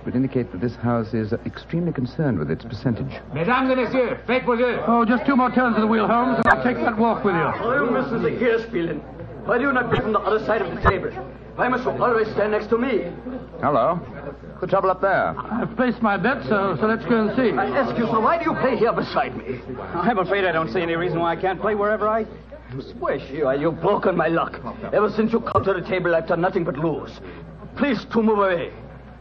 It would indicate that this house is extremely concerned with its percentage.
Mesdames et messieurs, faites vos jeux.
Oh, just two more turns of the wheel, Holmes, and I'll take that walk with you.
Oh, Mrs. Hirspielen, why do you not be from the other side of the table? Why must you always stand next to me?
Hello. The trouble up there.
I've placed my bet, so, so let's go and see.
I ask you, sir, why do you play here beside me?
I'm afraid I don't see any reason why I can't play wherever I.
Swish, you are. You've broken my luck. Ever since you come to the table, I've done nothing but lose. Please to move away.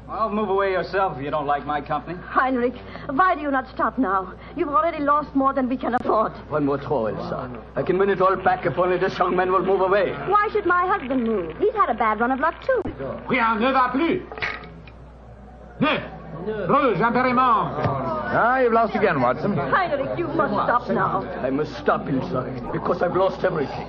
Well, move away yourself if you don't like my company.
Heinrich, why do you not stop now? You've already lost more than we can afford.
One more throw, sir. I can win it all back if only this young man will move away.
Why should my husband move? He's had a bad run of luck, too.
Oui, un ne va plus. Neuf. Rouge, impérément.
Ah, you've lost again, Watson.
Heinrich, you must stop now.
I must stop him, sir, because I've lost everything.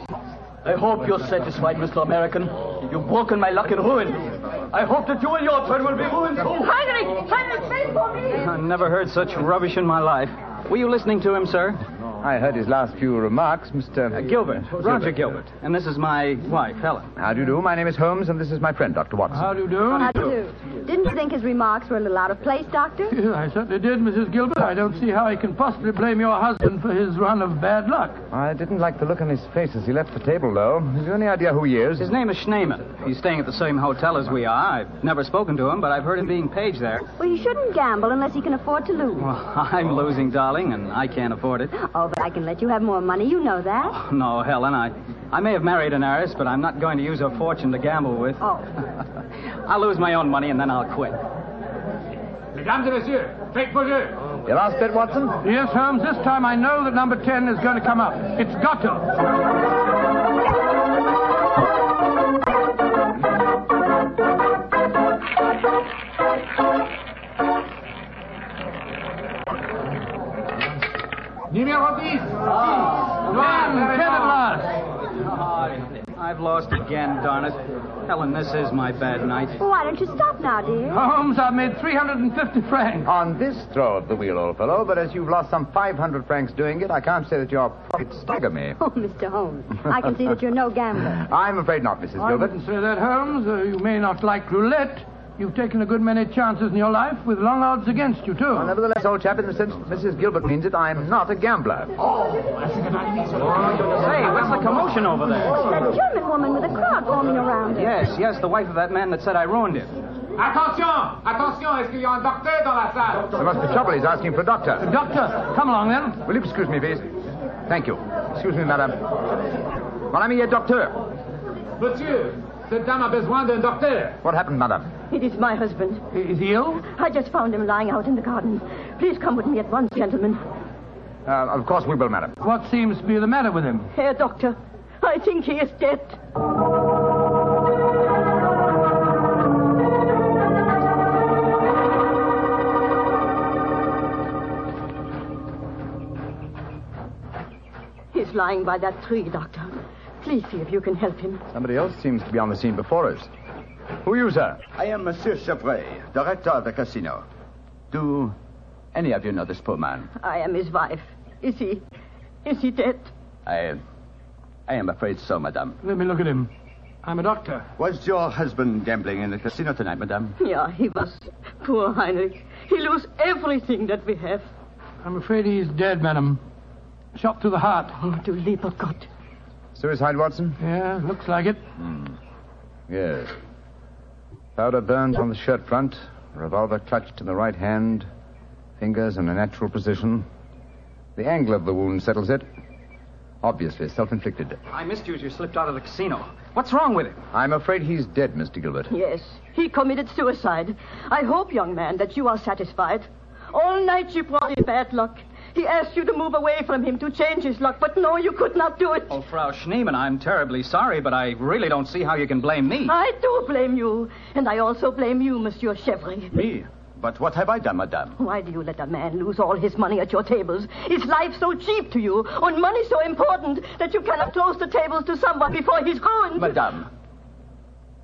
I hope you're satisfied, Mr. American. You've broken my luck and ruined me. I hope that you in your turn will be ruined too.
Heinrich! Heinrich, wait for me!
I never heard such rubbish in my life. Were you listening to him, sir?
I heard his last few remarks, Mr.
Gilbert. Roger Gilbert. And this is my wife, Helen.
How do you do? My name is Holmes, and this is my friend, Dr. Watson.
How do you do?
How do you do? Didn't you think his remarks were a little out of place, Doctor?
Yeah, I certainly did, Mrs. Gilbert. I don't see how I can possibly blame your husband for his run of bad luck.
I didn't like the look on his face as he left the table, though. Have you any idea who he is?
His name is Schneeman. He's staying at the same hotel as we are. I've never spoken to him, but I've heard him being paged there.
Well, you shouldn't gamble unless you can afford to lose.
Well, I'm losing, darling, and I can't afford it.
Oh, but I can let you have more money. You know that.
No, Helen, I, I may have married an heiress, but I'm not going to use her fortune to gamble with.
Oh.
I'll lose my own money and then I'll quit.
Mesdames et messieurs, faites vos jeux.
You lost it, Watson?
Yes, Holmes. This time I know that number 10 is going to come up. It's got to.
Numéro 10.
Ten at last. I've lost again, darn it. Helen, this is my bad night.
Well, why don't you stop now, dear?
Holmes, I've made 350 francs.
On this throw of the wheel, old fellow, but as you've lost some 500 francs doing it, I can't say that your profits stagger me.
Oh, Mr. Holmes, I can see that you're no gambler.
I'm afraid not, Mrs.
I
Gilbert.
wouldn't say that, Holmes. Uh, you may not like roulette. You've taken a good many chances in your life with long odds against you, too.
nevertheless, old chap, in the sense Mrs. Gilbert means it, I'm not a gambler.
Hey, what's the commotion over there?
That German woman with a crowd forming around
ruined it.
Yes, yes, the wife of that man that said I ruined it.
Attention! Attention! Est-ce qu'il y a un docteur dans la salle?
There must be trouble. He's asking for a doctor.
doctor, come along then.
Will you excuse me, please? Thank you. Excuse me, madame. Mon ami est docteur.
Monsieur, cette dame a besoin d'un docteur.
What happened, madame?
It is my husband.
Is he ill?
I just found him lying out in the garden. Please come with me at once, gentlemen.
Uh, of course we will, madam.
What seems to be the matter with him?
Herr Doctor, I think he is dead. He's lying by that tree, Doctor. Please see if you can help him.
Somebody else seems to be on the scene before us. Who are you, sir?
I am Monsieur Chevray, director of the casino. Do any of you know this poor man?
I am his wife. Is he? Is he dead?
I. I am afraid so, madame.
Let me look at him. I'm a doctor.
Was your husband gambling in the casino tonight, madame?
Yeah, he was. Poor Heinrich. He lost everything that we have.
I'm afraid he's dead, madam. Shot through the heart.
Oh, to lieber Gott.
Suicide, Watson?
Yeah, looks like it.
Hmm. Yes. Powder burns on the shirt front, revolver clutched in the right hand, fingers in a natural position. The angle of the wound settles it. Obviously self inflicted.
I missed you as you slipped out of the casino. What's wrong with him?
I'm afraid he's dead, Mr. Gilbert.
Yes, he committed suicide. I hope, young man, that you are satisfied. All night you brought him bad luck. He asked you to move away from him to change his luck, but no, you could not do it.
Oh, Frau Schneeman, I'm terribly sorry, but I really don't see how you can blame me.
I do blame you, and I also blame you, Monsieur Chevry.
Me? But what have I done, madame?
Why do you let a man lose all his money at your tables? Is life so cheap to you, or money so important that you cannot close the tables to someone before he's ruined?
Madame,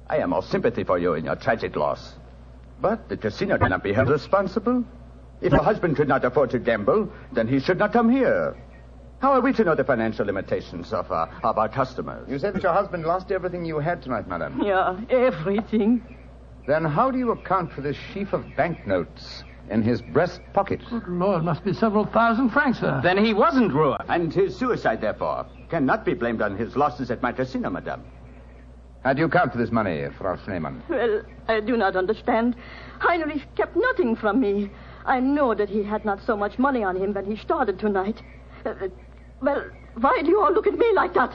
I am all sympathy for you in your tragic loss. But the casino cannot be held responsible. If a husband could not afford to gamble, then he should not come here. How are we to know the financial limitations of, uh, of our customers?
You said that your husband lost everything you had tonight, madame.
Yeah, everything.
Then how do you account for this sheaf of banknotes in his breast pocket?
Good Lord, must be several thousand francs, sir.
Then he wasn't ruined. And his suicide, therefore, cannot be blamed on his losses at my casino, madame.
How do you account for this money, Frau Schneemann?
Well, I do not understand. Heinrich kept nothing from me. I know that he had not so much money on him when he started tonight. Uh, uh, well, why do you all look at me like that?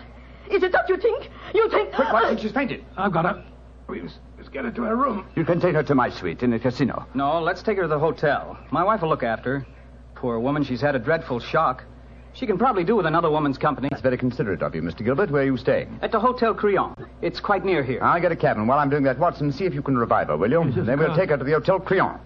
Is it that you think? You think.
Quick, Watson, she's fainted. I've got her. We must, let's get her to her room.
You can take her to my suite in the casino.
No, let's take her to the hotel. My wife will look after her. Poor woman, she's had a dreadful shock. She can probably do with another woman's company.
That's very considerate of you, Mr. Gilbert. Where are you staying?
At the Hotel Creon. It's quite near here.
I'll get a cab, and while I'm doing that, Watson, see if you can revive her, will you? Then we'll take her to the Hotel Creon.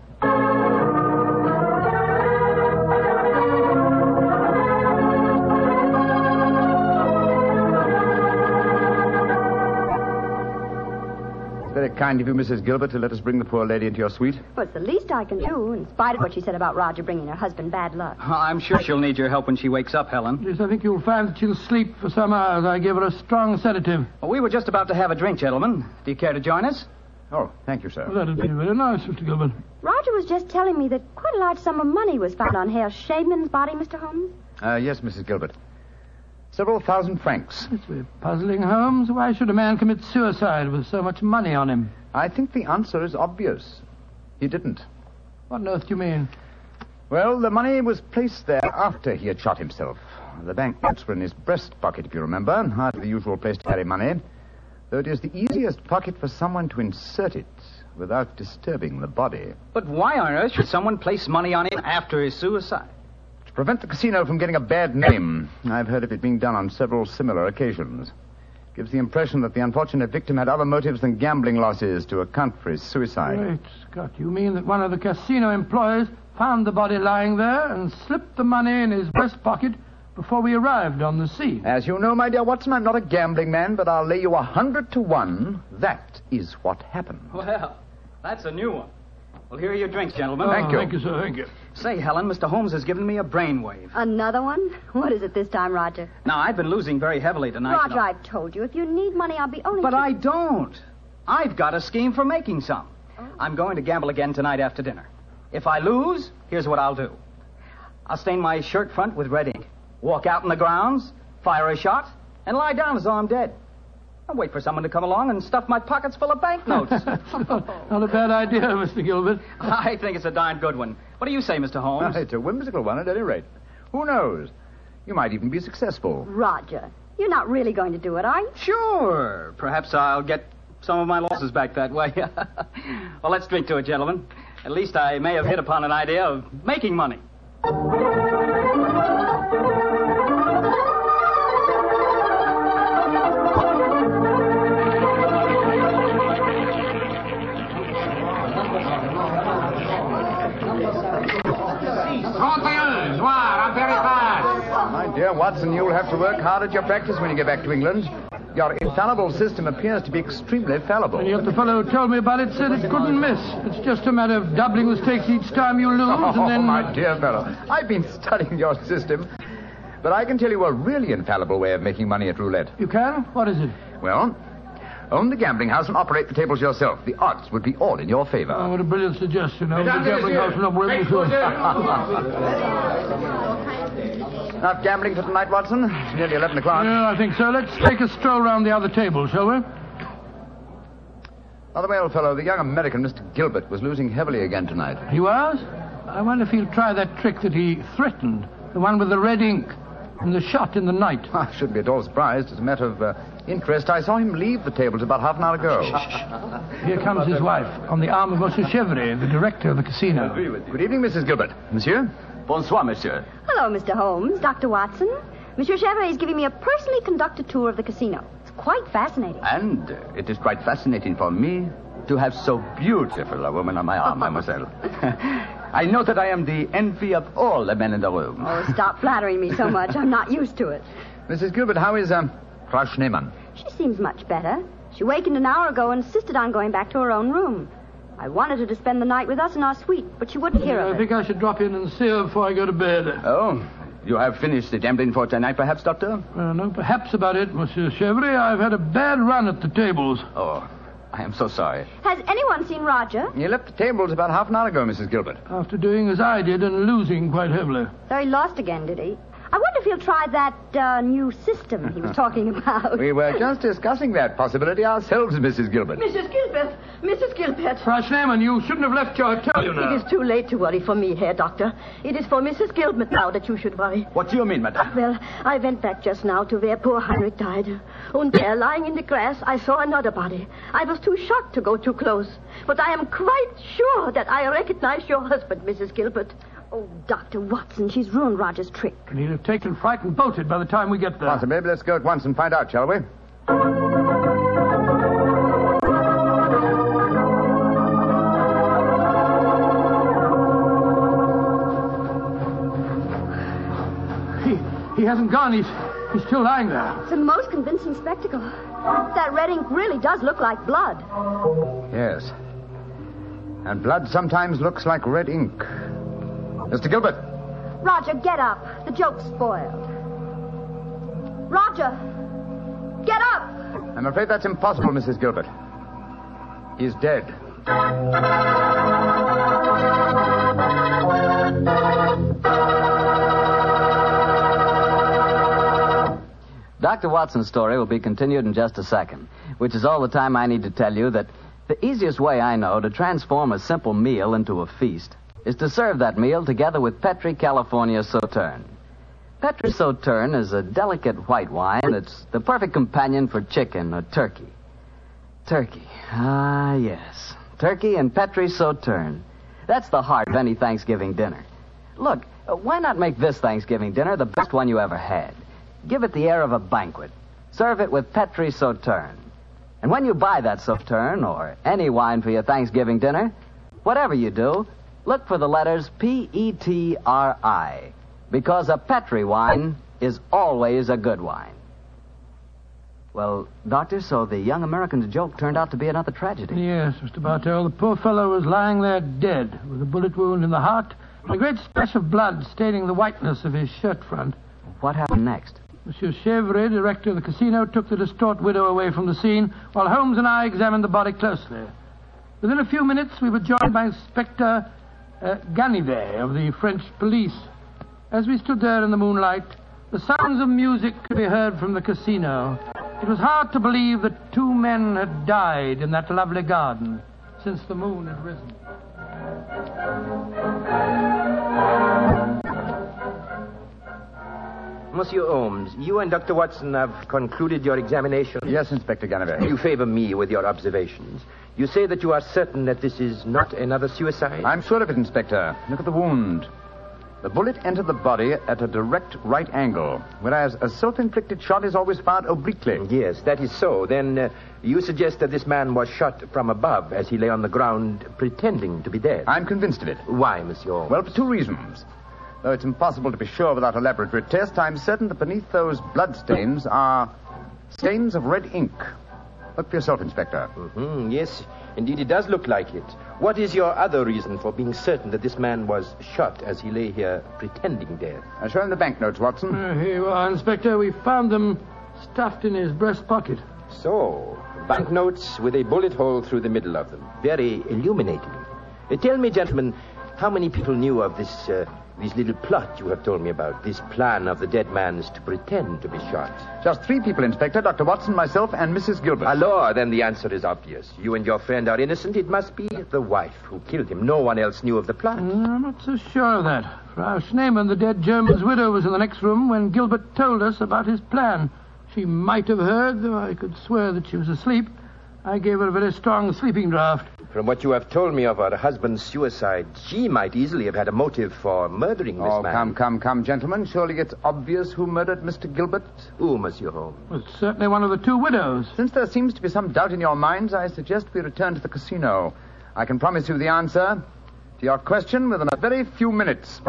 It's very kind of you, Mrs. Gilbert, to let us bring the poor lady into your suite.
Well, it's the least I can do, in spite of what she said about Roger bringing her husband bad luck.
I'm sure she'll need your help when she wakes up, Helen.
Yes, I think you'll find that she'll sleep for some hours. I gave her a strong sedative.
Well, we were just about to have a drink, gentlemen. Do you care to join us?
Oh, thank you, sir.
That'd be very nice, Mr. Gilbert.
Roger was just telling me that quite a large sum of money was found on Herr Shademan's body, Mr. Holmes.
Uh, yes, Mrs. Gilbert. Several thousand francs.
It's very puzzling, Holmes. Why should a man commit suicide with so much money on him?
I think the answer is obvious. He didn't.
What on earth do you mean?
Well, the money was placed there after he had shot himself. The banknotes were in his breast pocket, if you remember. Hardly the usual place to carry money. Though it is the easiest pocket for someone to insert it without disturbing the body.
But why on earth should someone place money on him after his suicide?
To prevent the casino from getting a bad name, I've heard of it being done on several similar occasions. Gives the impression that the unfortunate victim had other motives than gambling losses to account for his suicide.
Great Scott, you mean that one of the casino employees found the body lying there and slipped the money in his breast pocket before we arrived on the scene?
As you know, my dear Watson, I'm not a gambling man, but I'll lay you a hundred to one. That is what happened.
Well, that's a new one. Well, here are your drinks, gentlemen.
Oh, Thank you. thank you, sir. Thank you.
Say, Helen, Mr. Holmes has given me a brainwave.
Another one? What is it this time, Roger?
Now, I've been losing very heavily tonight.
Roger,
you know.
I've told you. If you need money, I'll be only.
But I don't. I've got a scheme for making some. I'm going to gamble again tonight after dinner. If I lose, here's what I'll do I'll stain my shirt front with red ink, walk out in the grounds, fire a shot, and lie down as though I'm dead. I'll wait for someone to come along and stuff my pockets full of banknotes.
Not a bad idea, Mr. Gilbert.
I think it's a darn good one. What do you say, Mr. Holmes?
It's a whimsical one at any rate. Who knows? You might even be successful.
Roger, you're not really going to do it, are you?
Sure. Perhaps I'll get some of my losses back that way. well, let's drink to it, gentlemen. At least I may have hit upon an idea of making money.
My dear Watson, you'll have to work hard at your practice when you get back to England. Your infallible system appears to be extremely fallible.
And yet the fellow who told me about it said it couldn't miss. It's just a matter of doubling the stakes each time you lose,
Oh,
and then
my dear fellow, I've been studying your system. But I can tell you a really infallible way of making money at roulette.
you can. What is it?
Well, own the gambling house and operate the tables yourself. The odds would be all in your favor.
Oh, what a brilliant suggestion. I was
Madame
a gambling
Monsieur.
house and I'm well
Thanks for
before.
Not gambling for tonight, Watson? It's nearly 11 o'clock.
Yeah, I think so. Let's take a stroll round the other table, shall we?
By the way, old fellow, the young American, Mr. Gilbert, was losing heavily again tonight.
He was? I wonder if he'll try that trick that he threatened, the one with the red ink and the shot in the night.
I shouldn't be at all surprised. As a matter of uh, interest, I saw him leave the tables about half an hour ago.
Here comes his wife on the arm of Monsieur Chevrier, the director of the casino.
Good evening, Mrs. Gilbert. Monsieur?
Bonsoir, monsieur.
Hello, Mr. Holmes, Dr. Watson. Monsieur Chevrolet is giving me a personally conducted tour of the casino. It's quite fascinating.
And uh, it is quite fascinating for me to have so beautiful a woman on my arm, mademoiselle. I know that I am the envy of all the men in the room.
Oh, stop flattering me so much. I'm not used to it.
Mrs. Gilbert, how is um, Frau Schneemann?
She seems much better. She wakened an hour ago and insisted on going back to her own room. I wanted her to spend the night with us in our suite, but she wouldn't hear
I
of it.
think I should drop in and see her before I go to bed.
Oh, you have finished the gambling for tonight, perhaps, Doctor?
Well, no, perhaps about it, Monsieur Chevrier. I've had a bad run at the tables.
Oh, I am so sorry.
Has anyone seen Roger?
You left the tables about half an hour ago, Mrs. Gilbert.
After doing as I did and losing quite heavily.
So he lost again, did he? I wonder if he'll try that uh, new system he was talking about.
We were just discussing that possibility ourselves, Mrs. Gilbert.
Mrs. Gilbert, Mrs. Gilbert.
Frau Schneemann, you shouldn't have left your hotel, you
It is too late to worry for me, Herr Doctor. It is for Mrs. Gilbert now that you should worry.
What do you mean, madame?
Well, I went back just now to where poor Heinrich died. And there, lying in the grass, I saw another body. I was too shocked to go too close. But I am quite sure that I recognize your husband, Mrs. Gilbert.
Oh, Dr. Watson, she's ruined Roger's trick.
And he'll have taken fright and bolted by the time we get there.
Possibly. but Let's go at once and find out, shall we?
He, he hasn't gone. He's, he's still lying there.
It's a most convincing spectacle. That red ink really does look like blood.
Yes. And blood sometimes looks like red ink. Mr. Gilbert,
Roger, get up. The joke's spoiled. Roger, get up.
I'm afraid that's impossible, Mrs. Gilbert. He's dead.
Dr. Watson's story will be continued in just a second, which is all the time I need to tell you that the easiest way I know to transform a simple meal into a feast is to serve that meal together with Petri California Sauterne. Petri Sauterne is a delicate white wine that's the perfect companion for chicken or turkey. Turkey. Ah, yes. Turkey and Petri Sauterne. That's the heart of any Thanksgiving dinner. Look, uh, why not make this Thanksgiving dinner the best one you ever had? Give it the air of a banquet. Serve it with Petri Sauterne. And when you buy that Sauterne or any wine for your Thanksgiving dinner, whatever you do, look for the letters P E T R I because a Petri wine is always a good wine. Well, Doctor, so the young American's joke turned out to be another tragedy.
Yes, Mr. Bartell. The poor fellow was lying there dead, with a bullet wound in the heart and a great splash of blood staining the whiteness of his shirt front.
What happened next?
Monsieur Chevrier, director of the casino, took the distraught widow away from the scene while Holmes and I examined the body closely. Within a few minutes, we were joined by Inspector uh, Ganivet of the French police. As we stood there in the moonlight, the sounds of music could be heard from the casino. It was hard to believe that two men had died in that lovely garden since the moon had risen.
Monsieur Holmes, you and Dr. Watson have concluded your examination.
Yes, Inspector Ganavere.
You favor me with your observations. You say that you are certain that this is not another suicide?
I'm sure of it, Inspector. Look at the wound. The bullet entered the body at a direct right angle, whereas a self inflicted shot is always fired obliquely.
Yes, that is so. Then uh, you suggest that this man was shot from above as he lay on the ground pretending to be dead.
I'm convinced of it.
Why, Monsieur Holmes?
Well, for two reasons. Though it's impossible to be sure without a laboratory test, I'm certain that beneath those bloodstains are stains of red ink. Look for yourself, Inspector.
Mhm, yes, indeed, it does look like it. What is your other reason for being certain that this man was shot as he lay here pretending dead?
Uh, show him the banknotes, Watson.
Uh, here you are, Inspector. We found them stuffed in his breast pocket.
So, banknotes with a bullet hole through the middle of them. Very illuminating. Uh, tell me, gentlemen, how many people knew of this, uh, this little plot you have told me about? This plan of the dead man's to pretend to be shot?
Just three people, Inspector Dr. Watson, myself, and Mrs. Gilbert.
Alors, then the answer is obvious. You and your friend are innocent. It must be the wife who killed him. No one else knew of the plot.
Mm, I'm not so sure of that. Frau Schneemann, the dead German's widow, was in the next room when Gilbert told us about his plan. She might have heard, though I could swear that she was asleep. I gave her a very strong sleeping draught.
From what you have told me of her husband's suicide, she might easily have had a motive for murdering this
Oh,
man.
come, come, come, gentlemen. Surely it's obvious who murdered Mr. Gilbert.
Who, Monsieur Holmes?
Well, it's certainly one of the two widows.
Since there seems to be some doubt in your minds, I suggest we return to the casino. I can promise you the answer to your question within a very few minutes.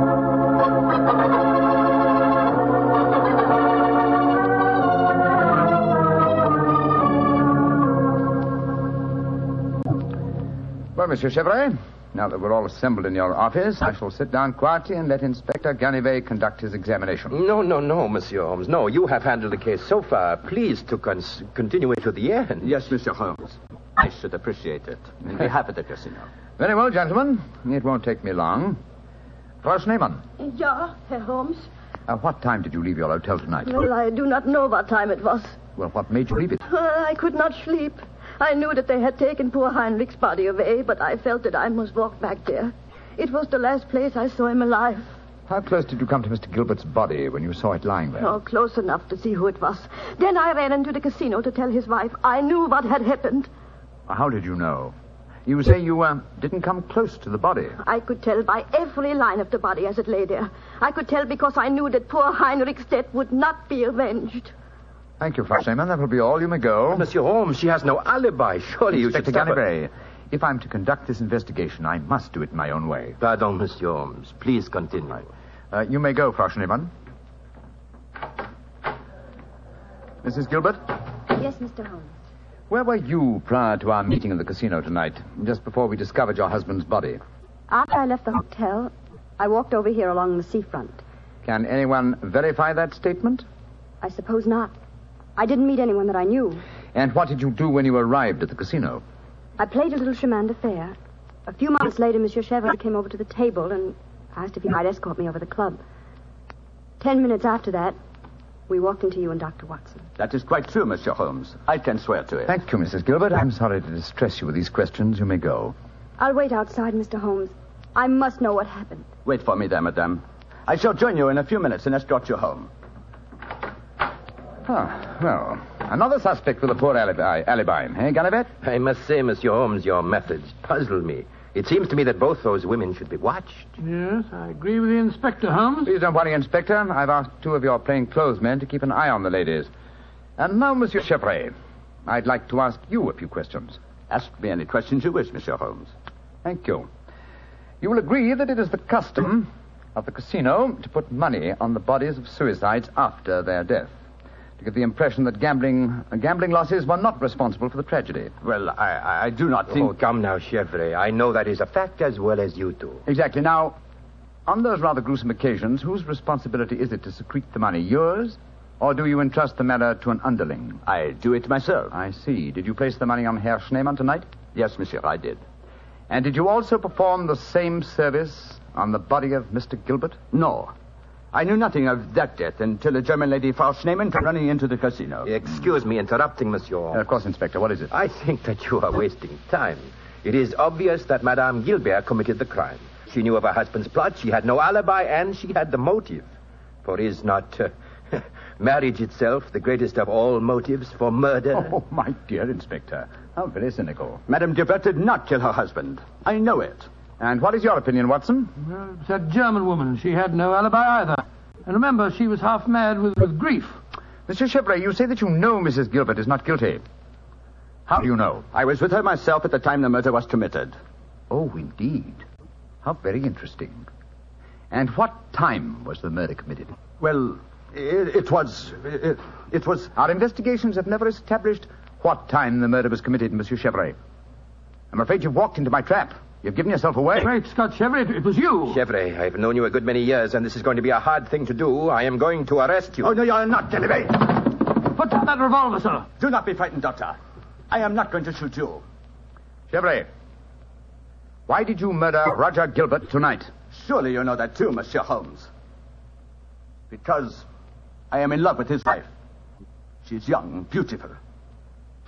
Well, Monsieur Chevrolet, now that we're all assembled in your office, I shall sit down quietly and let Inspector Ganivet conduct his examination.
No, no, no, Monsieur Holmes. No, you have handled the case so far. Please to cons- continue it to the end.
Yes, Monsieur Holmes. I should appreciate it. And we have it at the casino.
Very well, gentlemen. It won't take me long. Frau Schneemann,
Ja, Herr Holmes.
at Uh, what time did you leave your hotel tonight?
Well, I do not know what time it was.
Well, what made you leave it?
Uh, I could not sleep. I knew that they had taken poor Heinrich's body away, but I felt that I must walk back there. It was the last place I saw him alive.
How close did you come to Mr. Gilbert's body when you saw it lying there?
Oh, close enough to see who it was. Then I ran into the casino to tell his wife I knew what had happened.
Uh, How did you know? You say you uh, didn't come close to the body.
I could tell by every line of the body as it lay there. I could tell because I knew that poor Heinrich's death would not be avenged.
Thank you, Frau Schneemann. That will be all. You may go.
Monsieur Holmes, she has no alibi. Surely you should
Inspector
stop her.
Ganivray, if I'm to conduct this investigation, I must do it my own way.
Pardon, Monsieur Holmes. Please continue.
Uh, you may go, Frau Schneemann. Mrs. Gilbert,
Yes, Mr. Holmes.
where were you prior to our meeting in the casino tonight, just before we discovered your husband's body?
After I left the hotel, I walked over here along the seafront.
Can anyone verify that statement?
I suppose not. I didn't meet anyone that I knew.
And what did you do when you arrived at the casino?
I played a little chemin de fer. A few moments later, Monsieur Chevrolet came over to the table and asked if he might escort me over the club. Ten minutes after that, we walked into you and Dr. Watson.
That is quite true, Monsieur Holmes. I can swear to it.
Thank you, Mrs. Gilbert. I'm sorry to distress you with these questions. You may go.
I'll wait outside, Mr. Holmes. I must know what happened.
Wait for me there, madame. I shall join you in a few minutes and escort you home.
Ah, well, another suspect with a poor alibi, alibi eh, Ganivett?
I must say, Monsieur Holmes, your methods puzzle me. It seems to me that both those women should be watched.
Yes, I agree with the Inspector Holmes.
Please don't worry, Inspector. I've asked two of your plainclothes men to keep an eye on the ladies. And now, Monsieur Chevrolet, I'd like to ask you a few questions.
Ask me any questions you wish, Monsieur Holmes.
Thank you. You will agree that it is the custom of the casino to put money on the bodies of suicides after their death. To give the impression that gambling, gambling losses were not responsible for the tragedy.
Well, I, I do not think. Oh, come now, Chevrolet. I know that is a fact as well as you do.
Exactly. Now, on those rather gruesome occasions, whose responsibility is it to secrete the money? Yours? Or do you entrust the matter to an underling?
I do it myself.
I see. Did you place the money on Herr Schneemann tonight?
Yes, Monsieur, I did.
And did you also perform the same service on the body of Mr. Gilbert?
No. I knew nothing of that death until a German lady, Frau Schneemann, came running into the casino.
Excuse me interrupting, monsieur.
Uh, Of course, Inspector. What is it?
I think that you are wasting time. It is obvious that Madame Gilbert committed the crime. She knew of her husband's plot, she had no alibi, and she had the motive. For is not uh, marriage itself the greatest of all motives for murder?
Oh, my dear Inspector,
Oh,
how very cynical. Madame Gilbert did not kill her husband. I know it.
And what is your opinion, Watson?
Well, it's that German woman. She had no alibi either. And remember, she was half mad with, with grief.
Mr. Shipwright, you say that you know Mrs. Gilbert is not guilty. How do you know?
I was with her myself at the time the murder was committed.
Oh, indeed. How very interesting. And what time was the murder committed?
Well, it, it was. It, it was.
Our investigations have never established what time the murder was committed, Monsieur Chevrolet. I'm afraid you've walked into my trap. You've given yourself away.
Great Scott, Chevrolet, it, it was you.
Chevre, I've known you a good many years, and this is going to be a hard thing to do. I am going to arrest you.
Oh, no, you're not, Delivery.
Put down that revolver, sir.
Do not be frightened, Doctor. I am not going to shoot you.
Chevrolet, why did you murder Roger Gilbert tonight?
Surely you know that too, Monsieur Holmes. Because I am in love with his wife. She is young, beautiful,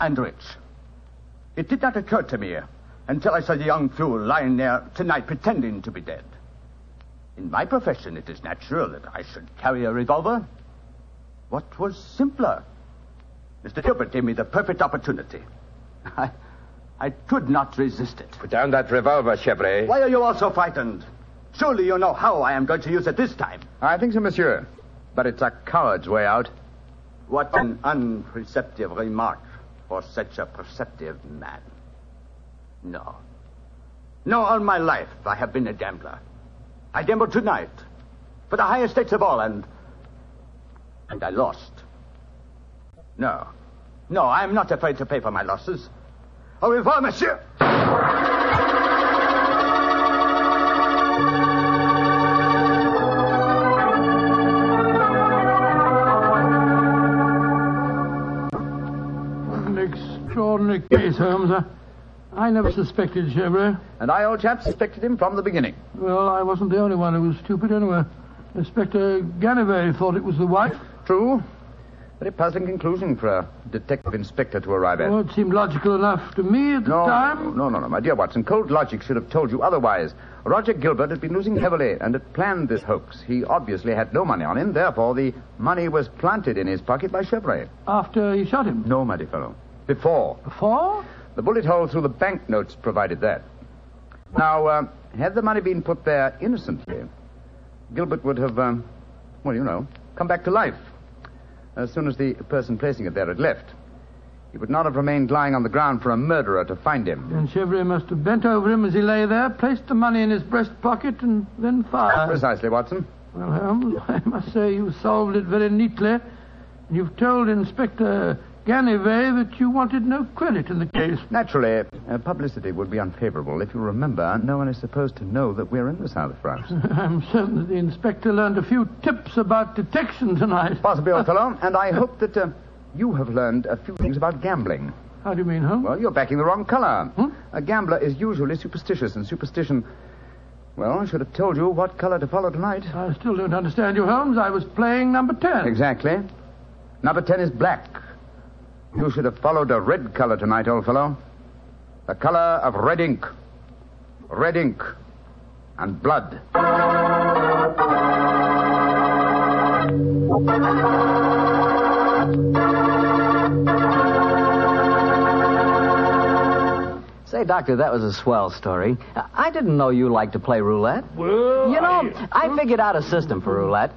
and rich. It did not occur to me until I saw the young fool lying there tonight pretending to be dead. In my profession, it is natural that I should carry a revolver. What was simpler? Mr. Gilbert gave me the perfect opportunity. I, I could not resist it.
Put down that revolver, Chevrolet.
Why are you all so frightened? Surely you know how I am going to use it this time.
I think so, monsieur. But it's a coward's way out.
What an unperceptive remark for such a perceptive man. No. No, all my life I have been a gambler. I gambled tonight for the highest stakes of all, and. and I lost. No. No, I am not afraid to pay for my losses. Au revoir, monsieur!
An extraordinary case, Holmes. I, I never suspected Chevrolet.
And I, old chap, suspected him from the beginning.
Well, I wasn't the only one who was stupid anyway. Inspector Ganivet thought it was the wife.
True. Very puzzling conclusion for a detective inspector to arrive at.
Well, Oh, it seemed logical enough to me at the
no,
time.
no, no, no, my dear Watson. Cold logic should have told you otherwise. Roger Gilbert had been losing heavily and had planned this hoax. He obviously had no money on him, therefore the money was planted in his pocket by Chevrolet.
After he shot him?
No, my dear fellow. Before.
Before?
The bullet hole through the banknotes provided that. Now, uh, had the money been put there innocently, Gilbert would have, um, well, you know, come back to life as soon as the person placing it there had left. He would not have remained lying on the ground for a murderer to find him.
And Chevrolet must have bent over him as he lay there, placed the money in his breast pocket, and then fired.
Precisely, Watson.
Well, Holmes, I must say you solved it very neatly. You've told Inspector Ganivet that you wanted no credit in the case.
Naturally, uh, publicity would be unfavorable. If you remember, no one is supposed to know that we're in the South of France.
I'm certain that the inspector learned a few tips about detection tonight.
Possibly, old fellow. And I hope that uh, you have learned a few things about gambling.
How do you mean, Holmes?
Well, you're backing the wrong color. A gambler is usually superstitious, and superstition. Well, I should have told you what color to follow tonight.
I still don't understand you, Holmes. I was playing number 10.
Exactly. Number 10 is black. You should have followed a red color tonight, old fellow. The color of red ink. Red ink. And blood.
Say, Doctor, that was a swell story. I- I didn't know you liked to play roulette. you know, I figured out a system for roulette.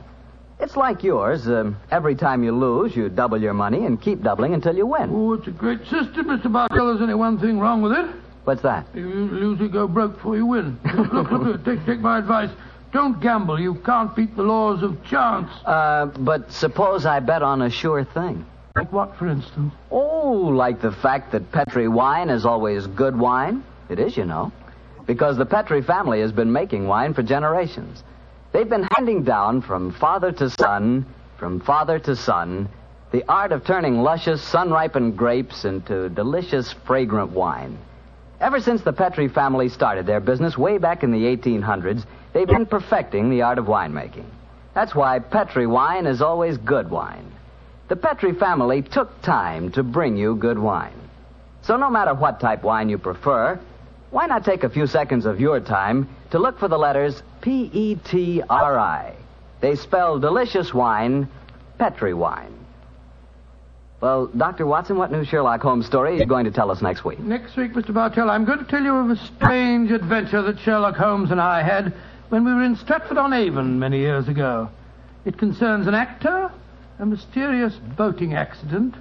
It's like yours. Um, every time you lose, you double your money and keep doubling until you win.
Oh, it's a great system, Mr. Bartell. There's only one thing wrong with it.
What's that?
You lose, you go broke before you win. look, look, look, take, take my advice. Don't gamble. You can't beat the laws of chance.
Uh, but suppose I bet on a sure thing.
Like what, for instance?
Oh, like the fact that Petri wine is always good wine? It is, you know. Because the Petri family has been making wine for generations. They've been handing down from father to son, from father to son, the art of turning luscious, sun ripened grapes into delicious, fragrant wine. Ever since the Petri family started their business way back in the 1800s, they've been perfecting the art of winemaking. That's why Petri wine is always good wine. The Petri family took time to bring you good wine. So no matter what type wine you prefer, why not take a few seconds of your time to look for the letters P E T R I? They spell delicious wine, Petri wine. Well, Dr. Watson, what new Sherlock Holmes story are you going to tell us next week?
Next week, Mr. Bartell, I'm going to tell you of a strange adventure that Sherlock Holmes and I had when we were in Stratford on Avon many years ago. It concerns an actor, a mysterious boating accident,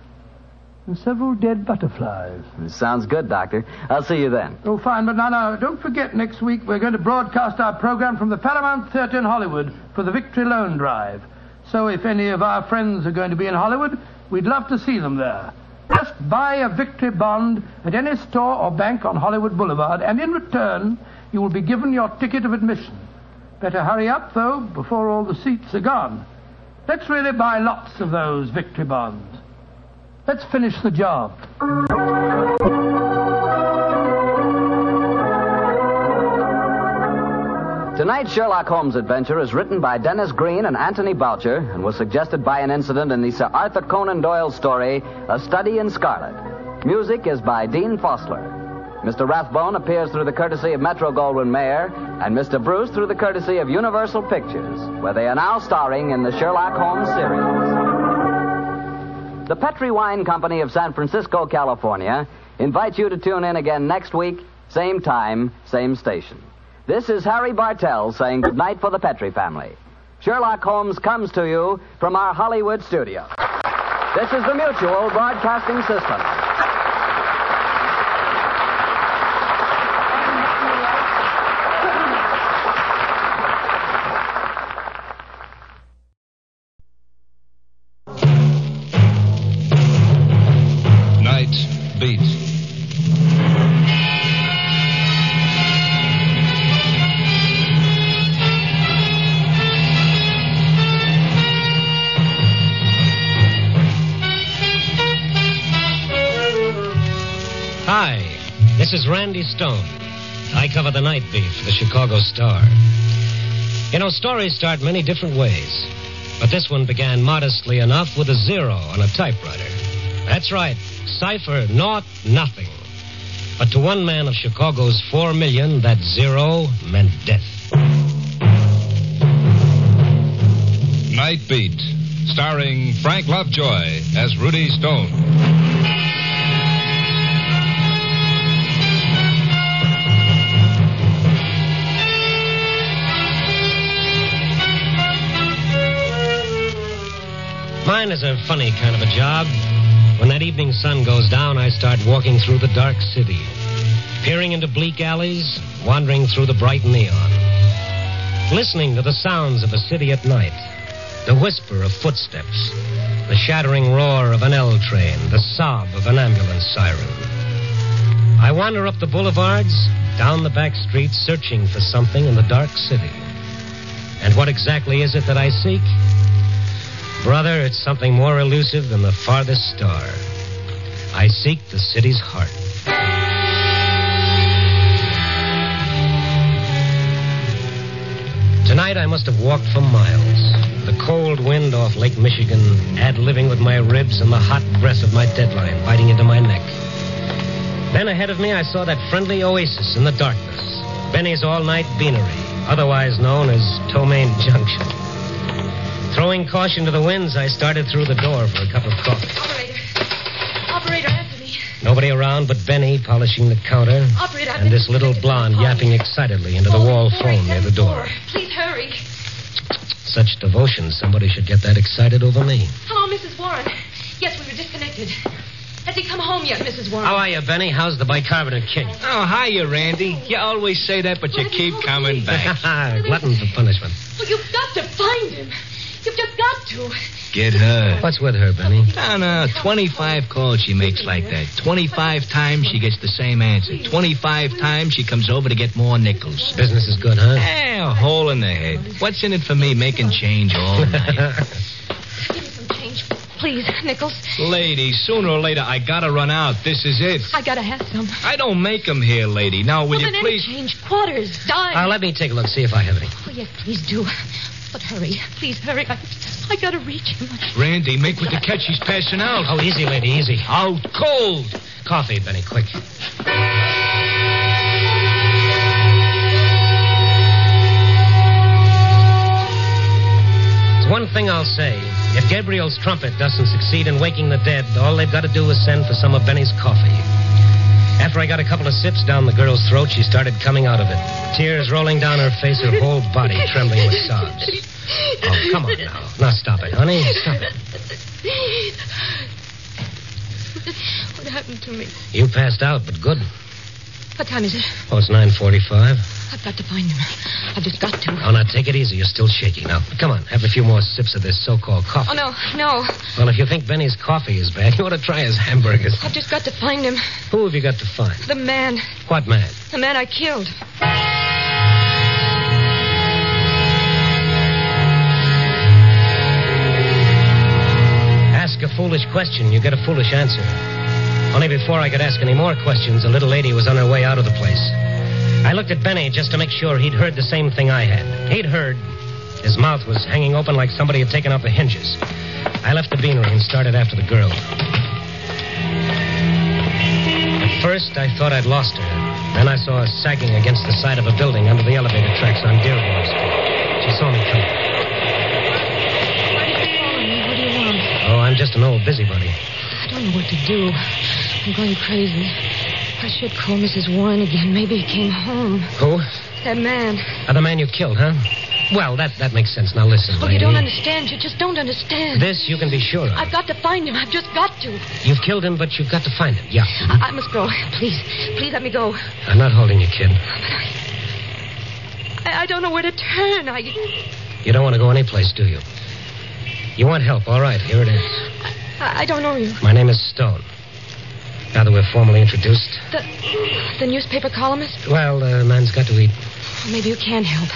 and several dead butterflies.
Sounds good, Doctor. I'll see you then.
Oh, fine, but now, now, don't forget next week we're going to broadcast our program from the Paramount Theatre in Hollywood for the Victory Loan Drive. So if any of our friends are going to be in Hollywood, we'd love to see them there. Just buy a victory bond at any store or bank on Hollywood Boulevard, and in return, you will be given your ticket of admission. Better hurry up, though, before all the seats are gone. Let's really buy lots of those victory bonds. Let's finish the job.
Tonight's Sherlock Holmes adventure is written by Dennis Green and Anthony Boucher and was suggested by an incident in the Sir Arthur Conan Doyle story, A Study in Scarlet. Music is by Dean Fossler. Mr. Rathbone appears through the courtesy of Metro Goldwyn Mayer, and Mr. Bruce through the courtesy of Universal Pictures, where they are now starring in the Sherlock Holmes series. The Petri Wine Company of San Francisco, California, invites you to tune in again next week, same time, same station. This is Harry Bartell saying goodnight for the Petrie family. Sherlock Holmes comes to you from our Hollywood studio. This is the Mutual Broadcasting System.
Night beat.
Hi, this is Randy Stone. I cover the night beat for the Chicago Star. You know, stories start many different ways, but this one began modestly enough with a zero on a typewriter. That's right, cipher, naught, nothing. But to one man of Chicago's four million, that zero meant death.
Night Beat, starring Frank Lovejoy as Rudy Stone.
Mine is a funny kind of a job. When that evening sun goes down, I start walking through the dark city, peering into bleak alleys, wandering through the bright neon, listening to the sounds of a city at night the whisper of footsteps, the shattering roar of an L train, the sob of an ambulance siren. I wander up the boulevards, down the back streets, searching for something in the dark city. And what exactly is it that I seek? Brother, it's something more elusive than the farthest star. I seek the city's heart. Tonight I must have walked for miles. The cold wind off Lake Michigan, ad living with my ribs and the hot breath of my deadline biting into my neck. Then ahead of me I saw that friendly oasis in the darkness, Benny's All Night Beanery, otherwise known as Tomaine Junction. Throwing caution to the winds, I started through the door for a cup of coffee.
Operator. Operator, answer me.
Nobody around but Benny polishing the counter,
Operator, I've
and
been...
this little blonde yapping excitedly into the wall phone near the door.
Please hurry.
Such devotion, somebody should get that excited over me.
Hello, Mrs. Warren. Yes, we were disconnected. Has he come home yet, Mrs. Warren?
How are you, Benny? How's the bicarbonate cake?
Oh, hiya, Randy. You always say that, but you keep coming back.
Glutton for punishment.
Well, Oh, you've got to find him. You've just got to.
Get her.
What's with her, Benny?
No, no. 25 calls she makes like that. 25 times she gets the same answer. 25 times she comes over to get more nickels.
Business is good, huh?
Eh, a hole in the head. What's in it for me making change all night?
Give me some change, please, Nichols.
lady, sooner or later I gotta run out. This is it.
I gotta have some.
I don't make 'em here, lady. Now, will
Woman, any
you please...
change, quarters, dimes.
Uh, let me take a look, see if I have any.
Oh, yes, please do. But hurry. Please hurry. I, I gotta reach him.
Randy, make with the catch. She's passing out.
Oh, easy, lady, easy. Out cold. Coffee, Benny, quick. It's one thing I'll say. If Gabriel's trumpet doesn't succeed in waking the dead, all they've got to do is send for some of Benny's coffee. After I got a couple of sips down the girl's throat, she started coming out of it. Tears rolling down her face, her whole body trembling with sobs. Oh, come on now. Now stop it, honey. Stop it.
What happened to me?
You passed out, but good.
What time is it?
Oh, it's 9.45.
I've got to find him. I've just got to.
Oh, now take it easy. You're still shaky. Now, come on. Have a few more sips of this so-called coffee.
Oh, no, no.
Well, if you think Benny's coffee is bad, you ought to try his hamburgers.
I've just got to find him.
Who have you got to find?
The man.
What man?
The man I killed.
Ask a foolish question, you get a foolish answer. Only before I could ask any more questions, a little lady was on her way out of the place. I looked at Benny just to make sure he'd heard the same thing I had. He'd heard. His mouth was hanging open like somebody had taken off the hinges. I left the beanery and started after the girl. At first, I thought I'd lost her. Then I saw her sagging against the side of a building under the elevator tracks on Dearborn Street. She saw me coming.
What do you want?
Oh, I'm just an old busybody.
I don't know what to do. I'm going crazy. I should call Mrs. Warren again. Maybe he came home.
Who?
That man.
Uh, the man you killed, huh? Well, that, that makes sense. Now listen,
Oh,
lady.
you don't understand. You just don't understand.
This you can be sure of.
I've got to find him. I've just got to.
You've killed him, but you've got to find him. Yeah.
I, I must go. Please, please let me go.
I'm not holding you, kid.
I, I don't know where to turn. I,
You don't want to go anyplace, do you? You want help? All right, here it is.
I, I don't know you.
My name is Stone. Now that we're formally introduced,
The, the newspaper columnist?
well, uh, man's got to eat.
Well, maybe you can help.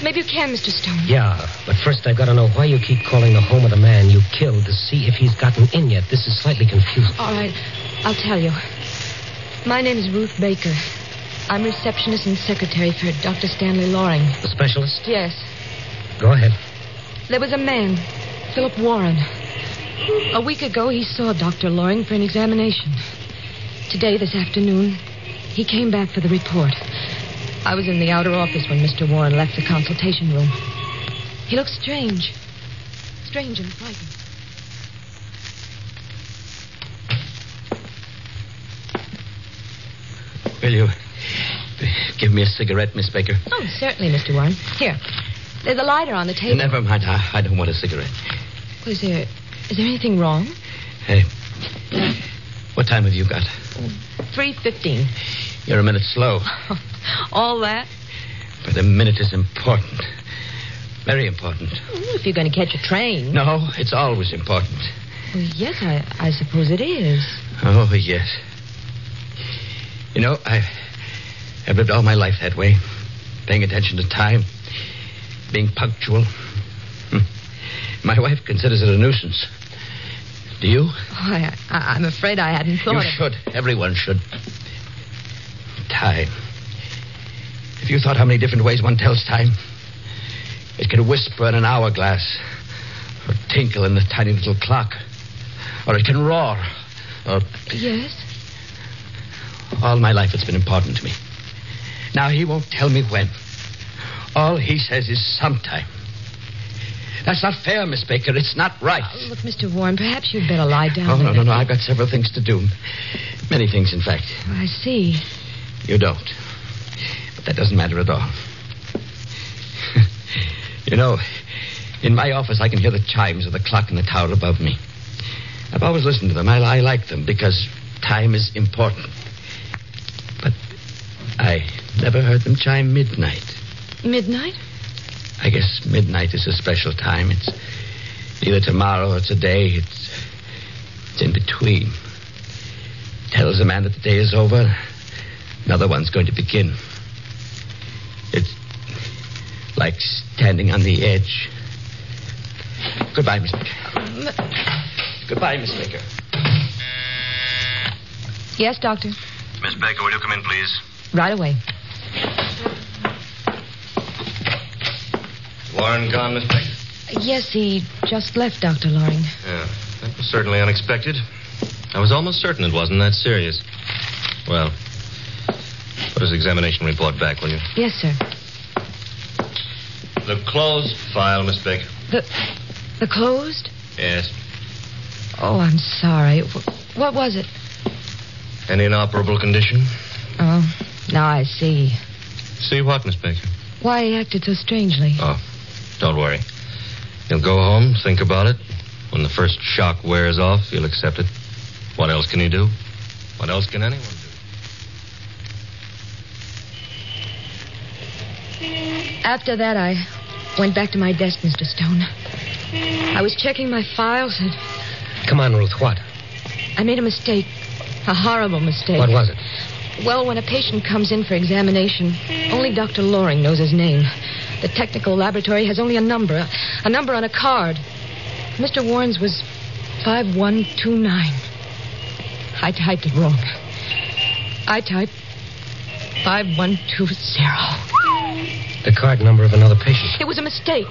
Maybe you can, Mr. Stone.
Yeah, but first I've got to know why you keep calling the home of the man you killed to see if he's gotten in yet. This is slightly confusing.
All right, I'll tell you. My name is Ruth Baker. I'm receptionist and secretary for Dr. Stanley Loring.
The specialist?
Yes.
Go ahead.
There was a man, Philip Warren. A week ago, he saw Dr. Loring for an examination. Today, this afternoon, he came back for the report. I was in the outer office when Mr. Warren left the consultation room. He looked strange. Strange and frightened.
Will you give me a cigarette, Miss Baker?
Oh, certainly, Mr. Warren. Here. There's a lighter on the table.
Never mind. I, I don't want a cigarette.
Is there, is there anything wrong?
Hey, what time have you got?
3.15.
You're a minute slow,
All that?
but a minute is important. Very important.
Ooh, If you're going to catch a train.
No, it's always important.
Well, yes, I, I suppose it is.
Oh, yes. You know, I've, I've lived all my life that way, paying attention to time, being punctual. Hmm. My wife considers it a nuisance. Do you?
Oh, I, I, I'm afraid I hadn't thought
you
of
should. Everyone should. Time. If you thought how many different ways one tells time, it can whisper in an hourglass, or tinkle in a tiny little clock, or it can roar. Or
Yes?
all my life it's been important to me. Now he won't tell me when. All he says is sometime. That's not fair, Miss Baker. It's not right.
Oh, look, Mr. Warren, perhaps you'd better lie down.
Oh, no,
a
no,
bit.
no. I've got several things to do. Many things, in fact.
I see.
You don't. But that doesn't matter at all. you know, in my office, I can hear the chimes of the clock in the tower above me. I've always listened to them. I, I like them because time is important. But I never heard them chime midnight.
Midnight?
I guess midnight is a special time. It's neither tomorrow or today. It's, it's in between. Tells a man that the day is over. Another one's going to begin. It's like standing on the edge. Goodbye, Miss Baker. Goodbye, Miss Baker.
Yes, doctor.
Miss Baker, will you come in, please?
Right away.
Warren gone, Miss Becker?
Yes, he just left, Dr. Loring.
Yeah, that was certainly unexpected. I was almost certain it wasn't that serious. Well, put his examination report back, will you?
Yes, sir.
The closed file, Miss Becker.
The, the closed?
Yes.
Oh, I'm sorry. Wh- What was it?
An inoperable condition?
Oh, now I see.
See what, Miss Becker?
Why he acted so strangely.
Oh, don't worry. You'll go home, think about it. When the first shock wears off, you'll accept it. What else can you do? What else can anyone do?
After that, I went back to my desk, Mr. Stone. I was checking my files, and
Come on, Ruth. What?
I made a mistake. A horrible mistake.
What was it?
Well, when a patient comes in for examination, only Dr. Loring knows his name. The technical laboratory has only a number, a, a number on a card. Mr. Warren's was 5129. I typed it wrong. I typed 5120.
The card number of another patient.
It was a mistake.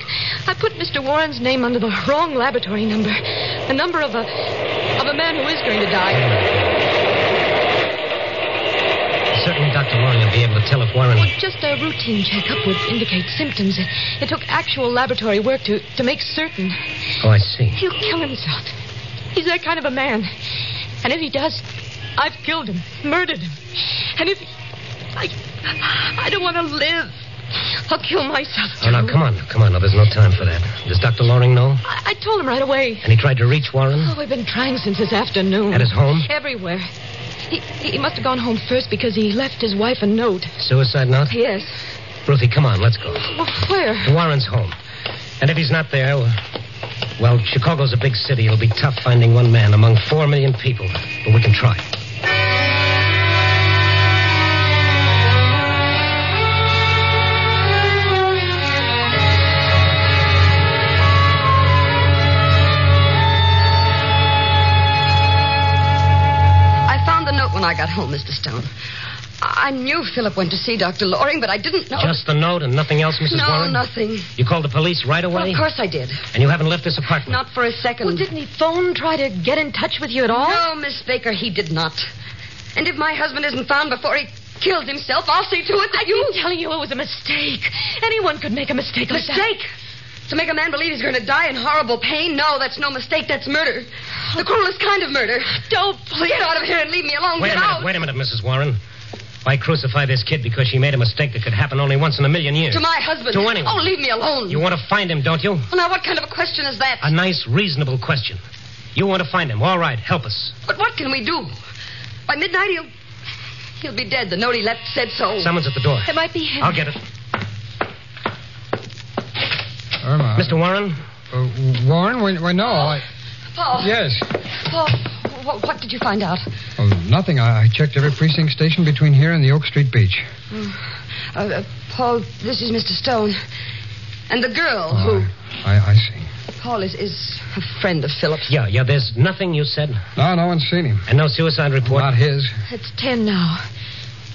I put Mr. Warren's name under the wrong laboratory number, the number of a of a man who is going to die.
Certainly, Dr. Loring will be able to tell if Warren.
Well, just a routine checkup would indicate symptoms. It, it took actual laboratory work to, to make certain.
Oh, I see.
He'll kill himself. He's that kind of a man. And if he does, I've killed him, murdered him. And if I I don't want to live, I'll kill myself.
Oh, now, come on. Come on. Now, there's no time for that. Does Dr. Loring know?
I, I told him right away.
And he tried to reach Warren?
Oh, we've been trying since this afternoon.
Hmm? At his home?
Everywhere. He, he must have gone home first because he left his wife a note.
Suicide note?
Yes.
Ruthie, come on. Let's go.
Well, where?
To Warren's home. And if he's not there, well, well, Chicago's a big city. It'll be tough finding one man among four million people. But we can try.
I found the note when I got home, Mr. Stone. I I knew Philip went to see Dr. Loring, but I didn't know.
Just the note and nothing else, Mrs.
no,
Warren?
nothing.
You called the police right away?
Well, of course I did.
And you haven't left this apartment?
Not for a second.
Well, didn't he phone, try to get in touch with you at all?
No, Miss Baker, he did not. And if my husband isn't found before he kills himself, I'll see to it that you.
I'm telling you it was a mistake. Anyone could make a mistake like that.
Mistake? To make a man believe he's going to die in horrible pain? No, that's no mistake. That's murder. The cruelest kind of murder.
Don't please.
Get out of here and leave me alone.
Wait
Get
a minute,
out.
wait a minute, Mrs. Warren. Why crucify this kid because she made a mistake that could happen only once in a million years?
To my husband.
To anyone.
Oh, leave me alone.
You want to find him, don't you?
Well, now, what kind of a question is that?
A nice, reasonable question. You want to find him. All right, help us.
But what can we do? By midnight, he'll he'll be dead. The note he left said so.
Someone's at the door.
It might be him.
I'll get it.
Irma.
Mr. Warren?
Uh, Warren? Well, well, no. I,
Paul.
yes.
Paul, what, what did you find out?
Oh, nothing. I, I checked every precinct station between here and the Oak Street beach.
Mm. Uh, uh, Paul, this is Mr. Stone. And the girl
Uh-huh.
who.
I, I see.
Paul is, is a friend of Phillips.
Yeah, yeah, there's nothing you said.
No, no one's seen him.
And no suicide report?
Not his.
It's ten now.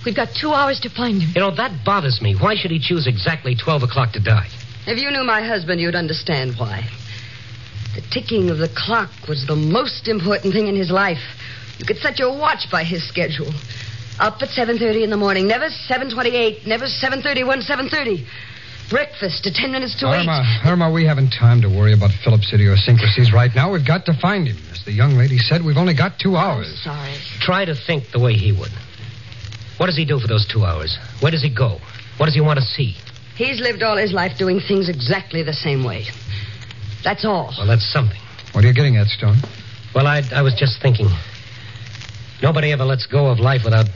We've got two hours to find him.
You know, that bothers me. Why should he choose exactly 12 o'clock to die?
If you knew my husband, you'd understand why. The ticking of the clock was the most important thing in his life. You could set your watch by his schedule. Up at 7.30 in the morning, never 7.28, never 7.31, 7.30. Breakfast at 10 minutes to 8.
Irma, Irma, we haven't time to worry about Philip's idiosyncrasies right now. We've got to find him. As the young lady said, we've only got two hours.
Sorry.
Try to think the way he would. What does he do for those two hours? Where does he go? What does he want to see?
He's lived all his life doing things exactly the same way. That's all.
Well, that's something.
What are you getting at, Stone?
Well, I, I was just thinking. Nobody ever lets go of life without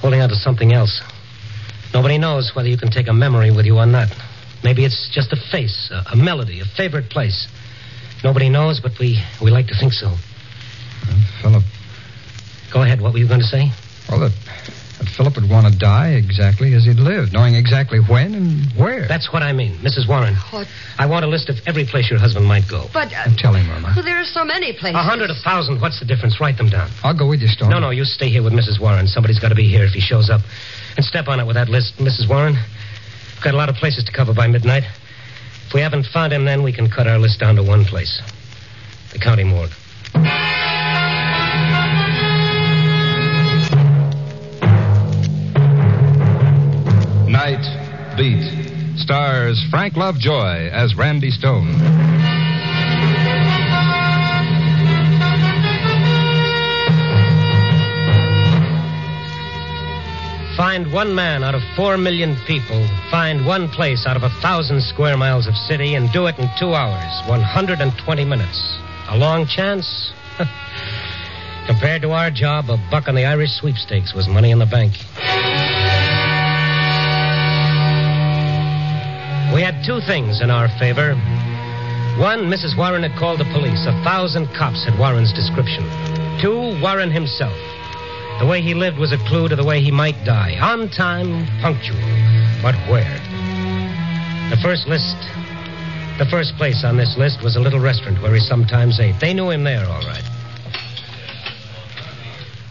holding on to something else. Nobody knows whether you can take a memory with you or not. Maybe it's just a face, a, a melody, a favorite place. Nobody knows, but we, we like to think so.
Philip.
Go ahead. What were you going to say?
Well, that, that Philip would want to die exactly as he'd lived, knowing exactly when and where.
That's what I mean, Mrs. Warren.
What?
I want a list of every place your husband might go.
But uh,
I'm telling Irma.
well, there are so many places.
A hundred, a thousand, what's the difference? Write them down.
I'll go with you, Stone.
No, no, you stay here with Mrs. Warren. Somebody's got to be here if he shows up. And step on it with that list, Mrs. Warren. We've got a lot of places to cover by midnight. If we haven't found him, then we can cut our list down to one place the county morgue.
Night Beat stars Frank Lovejoy as Randy Stone.
Find one man out of four million people. Find one place out of a thousand square miles of city and do it in two hours, 120 minutes. A long chance? Compared to our job, a buck on the Irish sweepstakes was money in the bank. We had two things in our favor. One, Mrs. Warren had called the police. A thousand cops had Warren's description. Two, Warren himself. The way he lived was a clue to the way he might die. On time, punctual. But where? The first list. The first place on this list was a little restaurant where he sometimes ate. They knew him there, all right.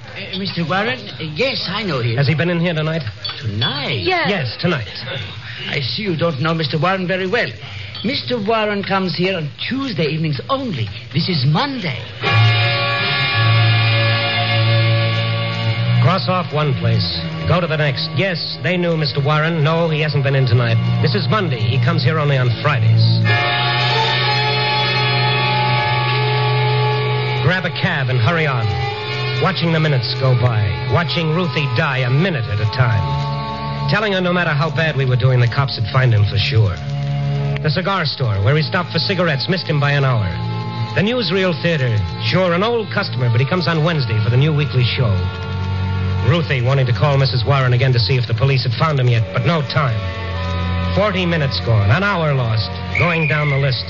Uh, Mr. Warren? Uh, yes, I know him.
Has he been in here tonight?
Tonight?
Yes. Yes, tonight.
I see you don't know Mr. Warren very well. Mr. Warren comes here on Tuesday evenings only. This is Monday.
Cross off one place. Go to the next. Yes, they knew Mr. Warren. No, he hasn't been in tonight. This is Monday. He comes here only on Fridays. Grab a cab and hurry on. Watching the minutes go by. Watching Ruthie die a minute at a time. Telling her no matter how bad we were doing, the cops would find him for sure. The cigar store, where he stopped for cigarettes, missed him by an hour. The newsreel theater, sure, an old customer, but he comes on Wednesday for the new weekly show. Ruthie wanting to call Mrs. Warren again to see if the police had found him yet, but no time. Forty minutes gone, an hour lost, going down the list.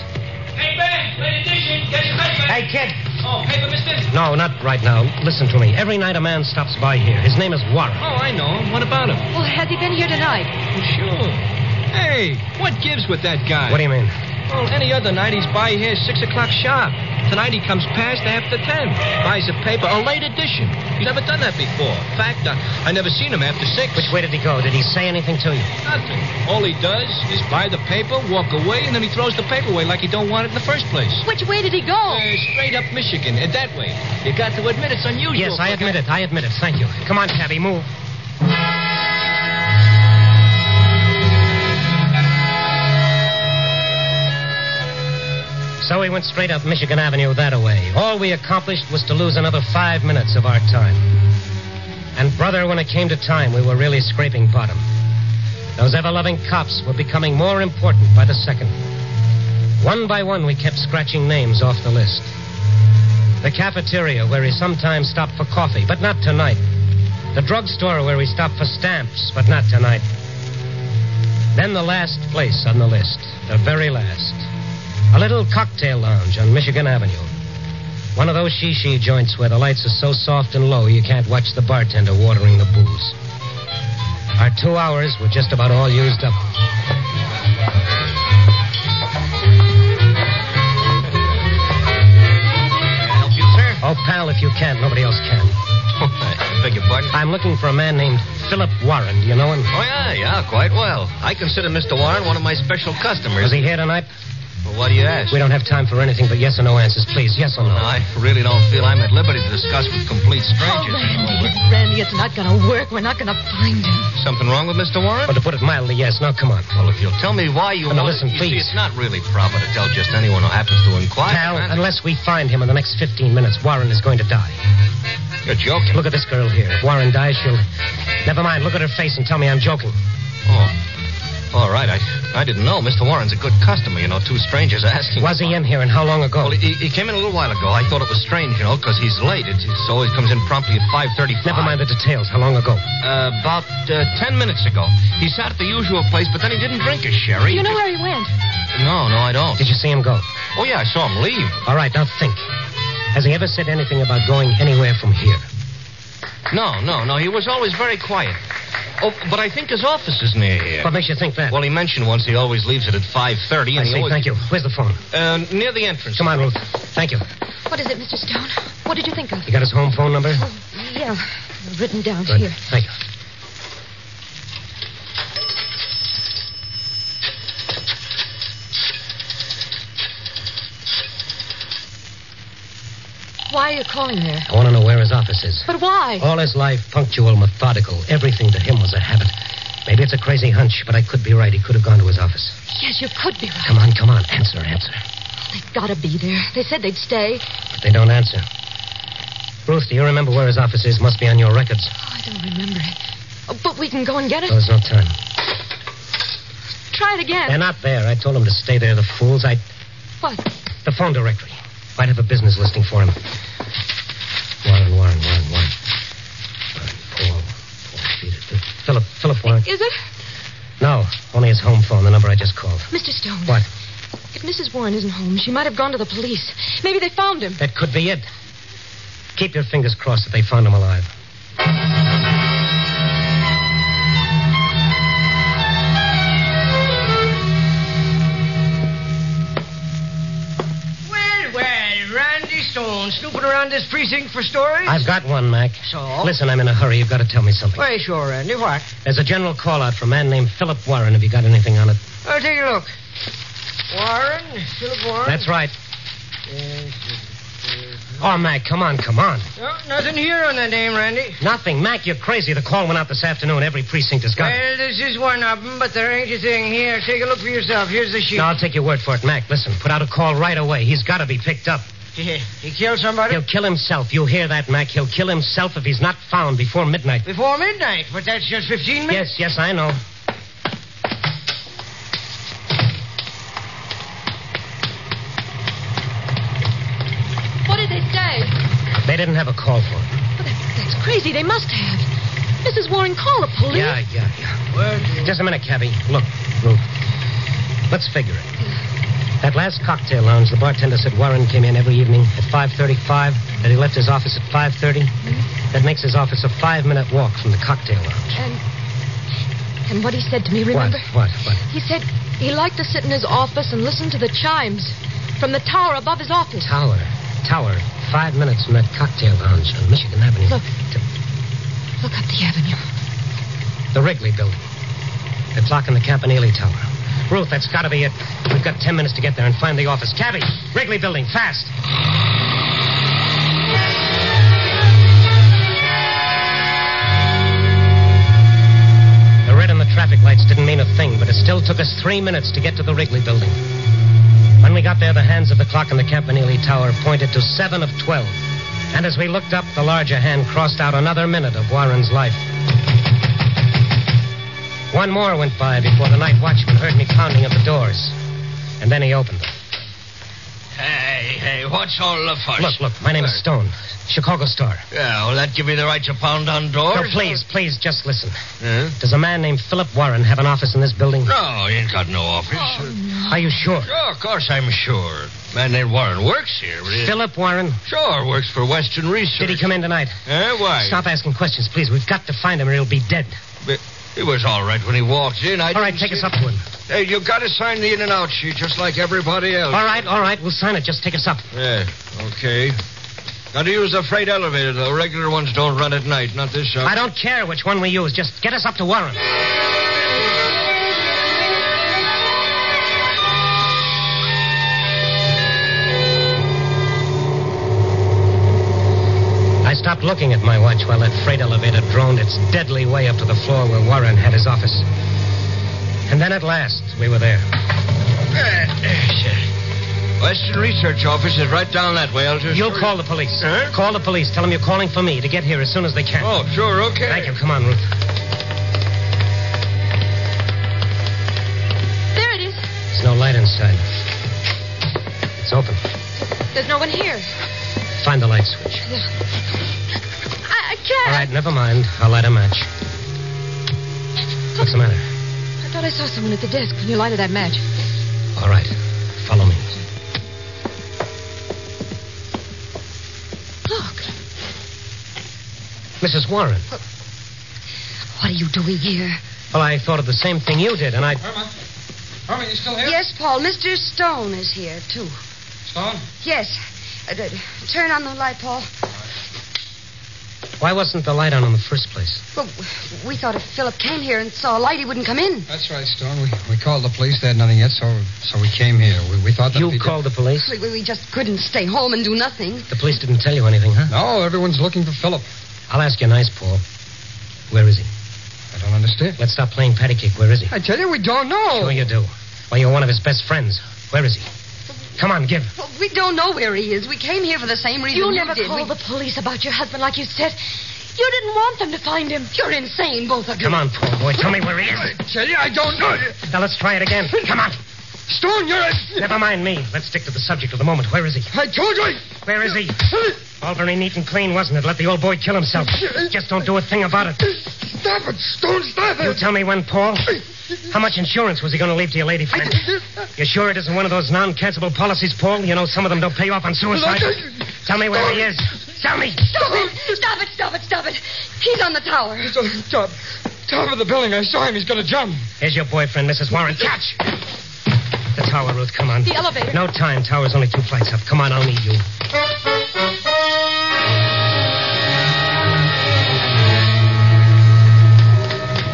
Hey, Ben, late edition, get your paper.
Hey, kid.
Oh, paper, mister?
No, not right now. Listen to me. Every night a man stops by here. His name is Warren.
Oh, I know. What about him? Oh,
Well, has he been here tonight?
Sure. Hey, what gives with that guy?
What do you mean?
Well, any other night he's by here six o'clock sharp. Tonight he comes past after ten, buys a paper, a late edition. He's never done that before. In fact, I, I never seen him after six.
Which way did he go? Did he say anything to you?
Nothing. All he does is buy the paper, walk away, and then he throws the paper away like he don't want it in the first place.
Which way did he go?
Uh, straight up Michigan, and that way. You got to admit it's unusual.
Yes, I admit it. I admit it. Thank you. Come on, cabby, move. So we went straight up Michigan Avenue that way. All we accomplished was to lose another five minutes of our time. And, brother, when it came to time, we were really scraping bottom. Those ever loving cops were becoming more important by the second. One by one, we kept scratching names off the list. The cafeteria, where he sometimes stopped for coffee, but not tonight. The drugstore, where he stopped for stamps, but not tonight. Then the last place on the list, the very last. A little cocktail lounge on Michigan Avenue. One of those shishi joints where the lights are so soft and low you can't watch the bartender watering the booze. Our two hours were just about all used up.
Help you, sir?
Oh, pal, if you can, nobody else can.
I beg your pardon?
I'm looking for a man named Philip Warren. Do you know him?
Oh, yeah, yeah, quite well. I consider Mr. Warren one of my special customers.
Was he here tonight?
Well, what do you ask?
We don't have time for anything but yes or no answers, please. Yes or no.
no I really don't feel I'm at liberty to discuss with complete strangers.
Oh, Randy, Randy, it's not going to work. We're not going to find him.
Something wrong with Mr. Warren?
Well, to put it mildly, yes. Now, come on.
Well, if you'll tell me why you
Now,
want
listen,
you
please.
See, it's not really proper to tell just anyone who happens to inquire.
Now,
man.
unless we find him in the next 15 minutes, Warren is going to die.
You're joking.
Look at this girl here. If Warren dies, she'll. Never mind. Look at her face and tell me I'm joking.
Oh. All right, I, I didn't know. Mr. Warren's a good customer, you know. Two strangers asking.
Was he in here and how long ago?
Well, he, he came in a little while ago. I thought it was strange, you know, because he's late. It, it's always comes in promptly at 5.35.
Never mind the details. How long ago?
Uh, about uh, ten minutes ago. He sat at the usual place, but then he didn't drink his sherry.
Do you know where he went?
No, no, I don't.
Did you see him go?
Oh, yeah, I saw him leave.
All right, now think. Has he ever said anything about going anywhere from here?
No, no, no. He was always very quiet. Oh, but I think his office is near here.
What makes you think that?
Well, he mentioned once he always leaves it at 5.30. And
I
he
see.
always...
Thank you. Where's the phone?
Uh, near the entrance.
Come on, Ruth. Thank you.
What is it, Mr. Stone? What did you think of?
You got his home phone number?
Yeah, written down
Good.
here.
Thank you.
Why are you calling there?
I want to know where his office is.
But why?
All his life, punctual, methodical. Everything to him was a habit. Maybe it's a crazy hunch, but I could be right. He could have gone to his office.
Yes, you could be right.
Come on, come on. Answer, answer.
They gotta be there. They said they'd stay. Oh,
But they don't answer. Ruth, do you remember where his office is? Must be on your records.
I don't remember it. Oh, but we can go and get it.
Oh, there's no time.
Try it again.
They're not there. I told them to stay there, the fools. I.
What?
The phone directory. Might have a business listing for him. Warren, Warren, Warren, Warren. Warren, Paul. Paul Peter. Th- Philip, Philip Warren.
Is it?
No, only his home phone, the number I just called.
Mr. Stone.
What?
If Mrs. Warren isn't home, she might have gone to the police. Maybe they found him.
That could be it. Keep your fingers crossed that they found him alive.
Well, well, Randy Stone snooping around this precinct for stories?
I've got one, Mac.
So?
Listen, I'm in a hurry. You've got to tell me something.
Why, sure, Randy. What?
There's a general call out for a man named Philip Warren. Have you got anything on it?
I'll take a look. Warren? Philip Warren?
That's right.
Yes.
Oh, Mac, come on, come on.
Oh, nothing here on that name, Randy.
Nothing. Mac, you're crazy. The call went out this afternoon. Every precinct has got it.
Well, this is one of them, but there ain't a thing here. Take a look for yourself. Here's the sheet.
No, I'll take your word for it, Mac. Listen, put out a call right away. He's got to be picked up.
Yeah, he killed somebody?
He'll kill himself. You hear that, Mac? He'll kill himself if he's not found before midnight.
Before midnight, but that's just 15 minutes.
Yes, yes, I know.
What did they say?
They didn't have a call for it.
That's crazy. They must have. Mrs. Warren, call the police.
Yeah, yeah, yeah. Just a minute, cabby. Look, Ruth. Let's figure it. That last cocktail lounge, the bartender said Warren came in every evening at 5.35, that he left his office at 5.30.
Mm-hmm.
That makes his office a five-minute walk from the cocktail lounge.
And and what he said to me, remember?
What, what, what?
He said he liked to sit in his office and listen to the chimes from the tower above his office.
Tower, tower, five minutes from that cocktail lounge on Michigan Avenue.
Look. Look up the avenue.
The Wrigley building. The clock in the Campanile Tower. Ruth, that's got to be it. We've got ten minutes to get there and find the office. Cabby, Wrigley building, fast. The red and the traffic lights didn't mean a thing, but it still took us three minutes to get to the Wrigley building. When we got there, the hands of the clock in the Campanile Tower pointed to seven of twelve. And as we looked up, the larger hand crossed out another minute of Warren's life. One more went by before the night watchman heard me pounding at the doors. And then he opened them.
Hey, hey, what's all the fuss?
Look, look, my name is Stone, Chicago Star.
Yeah, will that give me the right to pound on doors?
No, please, please, just listen.
Huh?
Does a man named Philip Warren have an office in this building?
No, he ain't got no office.
Are you sure?
Sure, of course I'm sure. Man named Warren works here. but he-
Philip Warren?
Sure, works for Western Research.
Did he come in tonight?
Eh, why?
Stop asking questions, please. We've got to find him or he'll be dead.
But He was all right when he walked in. I
All right,
didn't
take
see-
us up to him.
Hey, you got to sign the in and out sheet just like everybody else.
All right, all right, we'll sign it. Just take us up.
Yeah, okay. Got to use the freight elevator. The regular ones don't run at night, not this hour.
I don't care which one we use. Just get us up to Warren. I stopped looking at my watch while that freight elevator droned its deadly way up to the floor where Warren had his office. And then at last, we were there.
Western Research Office is right down that way. I'll just.
You'll call the police. Call the police. Tell them you're calling for me to get here as soon as they can.
Oh, sure, okay.
Thank you. Come on, Ruth.
There it is.
There's no light inside. It's open.
There's no one here.
Find the light switch.
I, I
All
can't.
right, never mind. I'll light a match. What's the matter?
I thought I saw someone at the desk when you lighted that match.
All right, follow me.
Look.
Mrs. Warren.
What are you doing here?
Well, I thought of the same thing you did, and I.
Herman, you still here?
Yes, Paul. Mr. Stone is here, too.
Stone?
Yes. Uh, d- d- turn on the light, Paul.
Why wasn't the light on in the first place?
Well, w- We thought if Philip came here and saw a light, he wouldn't come in.
That's right, Stone. We, we called the police. They had nothing yet, so so we came here. We, we thought that
You called the police?
We, we- we just couldn't stay home and do nothing.
The police didn't tell you anything, huh?
No, everyone's looking for Philip.
I'll ask you nice, Paul. Where is he?
I don't understand.
Let's stop playing patty cake. Where is he?
I tell you, we don't know.
Sure you do. Well, you're one of his best friends. Where is he? Come on, give.
Well, we don't know where he is. We came here for the same reason
You
you,
never
did.
called
we...
the police about your husband like you said. You didn't want them to find him.
You're insane, both of you.
Come on, Paul boy. Tell me where he is. I
tell you, I don't know.
Now let's try it again. Come on.
Stone, you're a...
Never mind me. Let's stick to the subject of the moment. Where is he?
I told you.
Where is he? All very neat and clean, wasn't it? Let the old boy kill himself. Just don't do a thing about it.
Stop it, Stone, stop it.
You tell me when, Paul. How much insurance was he going to leave to your lady friend? You sure it isn't one of those non-cancelable policies, Paul? You know some of them don't pay off on suicide. Tell me where he is. Tell me.
Stop it! Stop it! Stop it! Stop it! He's on the tower.
He's on the top. Top of the building. I saw him. He's going to jump.
Here's your boyfriend, Mrs. Warren. Catch! The tower, Ruth. Come on.
The elevator.
No time. Tower's only two flights up. Come on, I'll need you.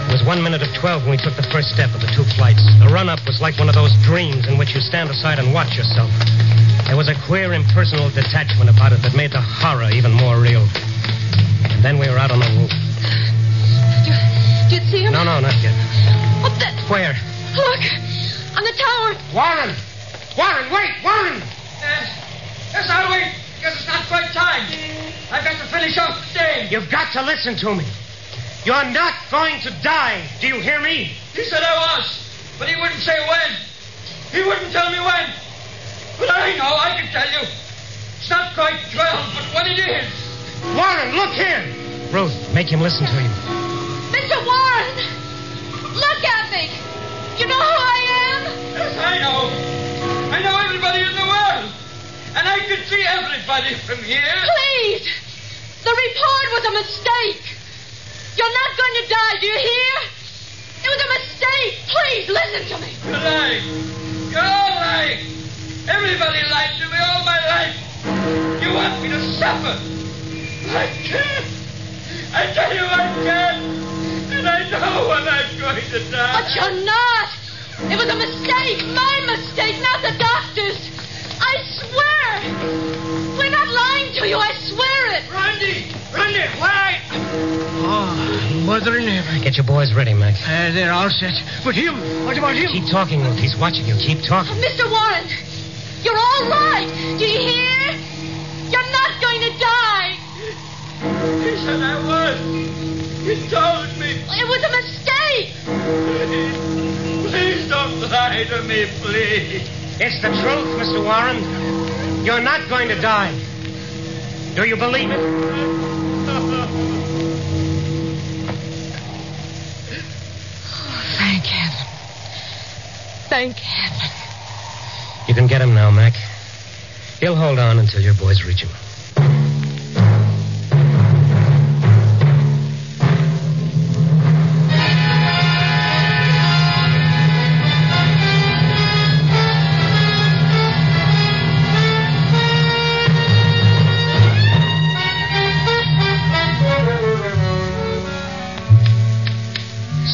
It was one minute of twelve when we took the first step of the two flights. The run up was like one of those dreams in which you stand aside and watch yourself. There was a queer impersonal detachment about it that made the horror even more real. And then we were out on the roof.
Did you see him?
No, no, not yet.
Up that.
Where?
Look. On the tower.
Warren! Warren, wait! Warren!
Yes, I'll wait. Guess it's not quite time. I've got to finish up the day.
You've got to listen to me. You're not going to die. Do you hear me?
He said I was, but he wouldn't say when. He wouldn't tell me when. But I know, I can tell you. It's not quite 12, but when it is.
Warren, look here! Ruth, make him listen to you.
Mr. Warren. Look at me. You know who I am?
Yes, I know. I know everybody in the world. And I could see everybody from here.
Please. The report was a mistake. You're not going to die. Do you hear? It was a mistake. Please listen to me.
You're lying. You're all lying. Everybody lied to me all my life. You want me to suffer. I can't. I tell you I can't. And I know when I'm going to die.
But you're not. It was a mistake. My mistake, not the doctor's. I swear. We're not lying to you. I swear it.
Randy. Randy, why?
Oh, mother in heaven. Get your boys ready, Max.
Uh, they're all set. But him? What about him?
Keep talking, Ruth. He's watching you. Keep talking.
Mr. Warren, you're all right. Do you hear? You're not going to die.
He said I was. He told me.
It was a mistake.
Please, please don't lie to me, please.
It's the truth, Mr. Warren. You're not going to die. Do you believe it?
Thank heaven. Thank heaven.
You can get him now, Mac. He'll hold on until your boys reach him.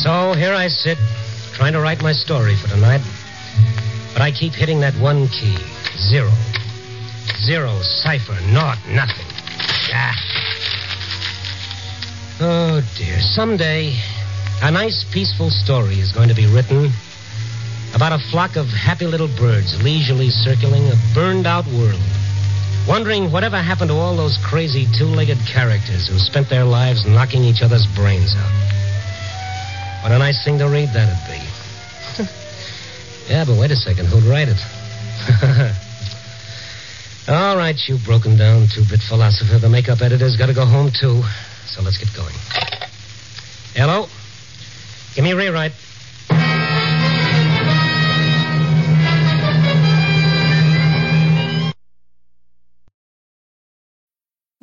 So here I sit, trying to write my story for tonight. But I keep hitting that one key. Zero. Zero, cipher, naught, nothing. Ah. Oh, dear. Someday, a nice, peaceful story is going to be written about a flock of happy little birds leisurely circling a burned out world, wondering whatever happened to all those crazy two legged characters who spent their lives knocking each other's brains out. What a nice thing to read that'd be. Yeah, but wait a second. Who'd write it? All right, you broken down two bit philosopher. The makeup editor's got to go home, too. So let's get going. Hello? Give me a rewrite.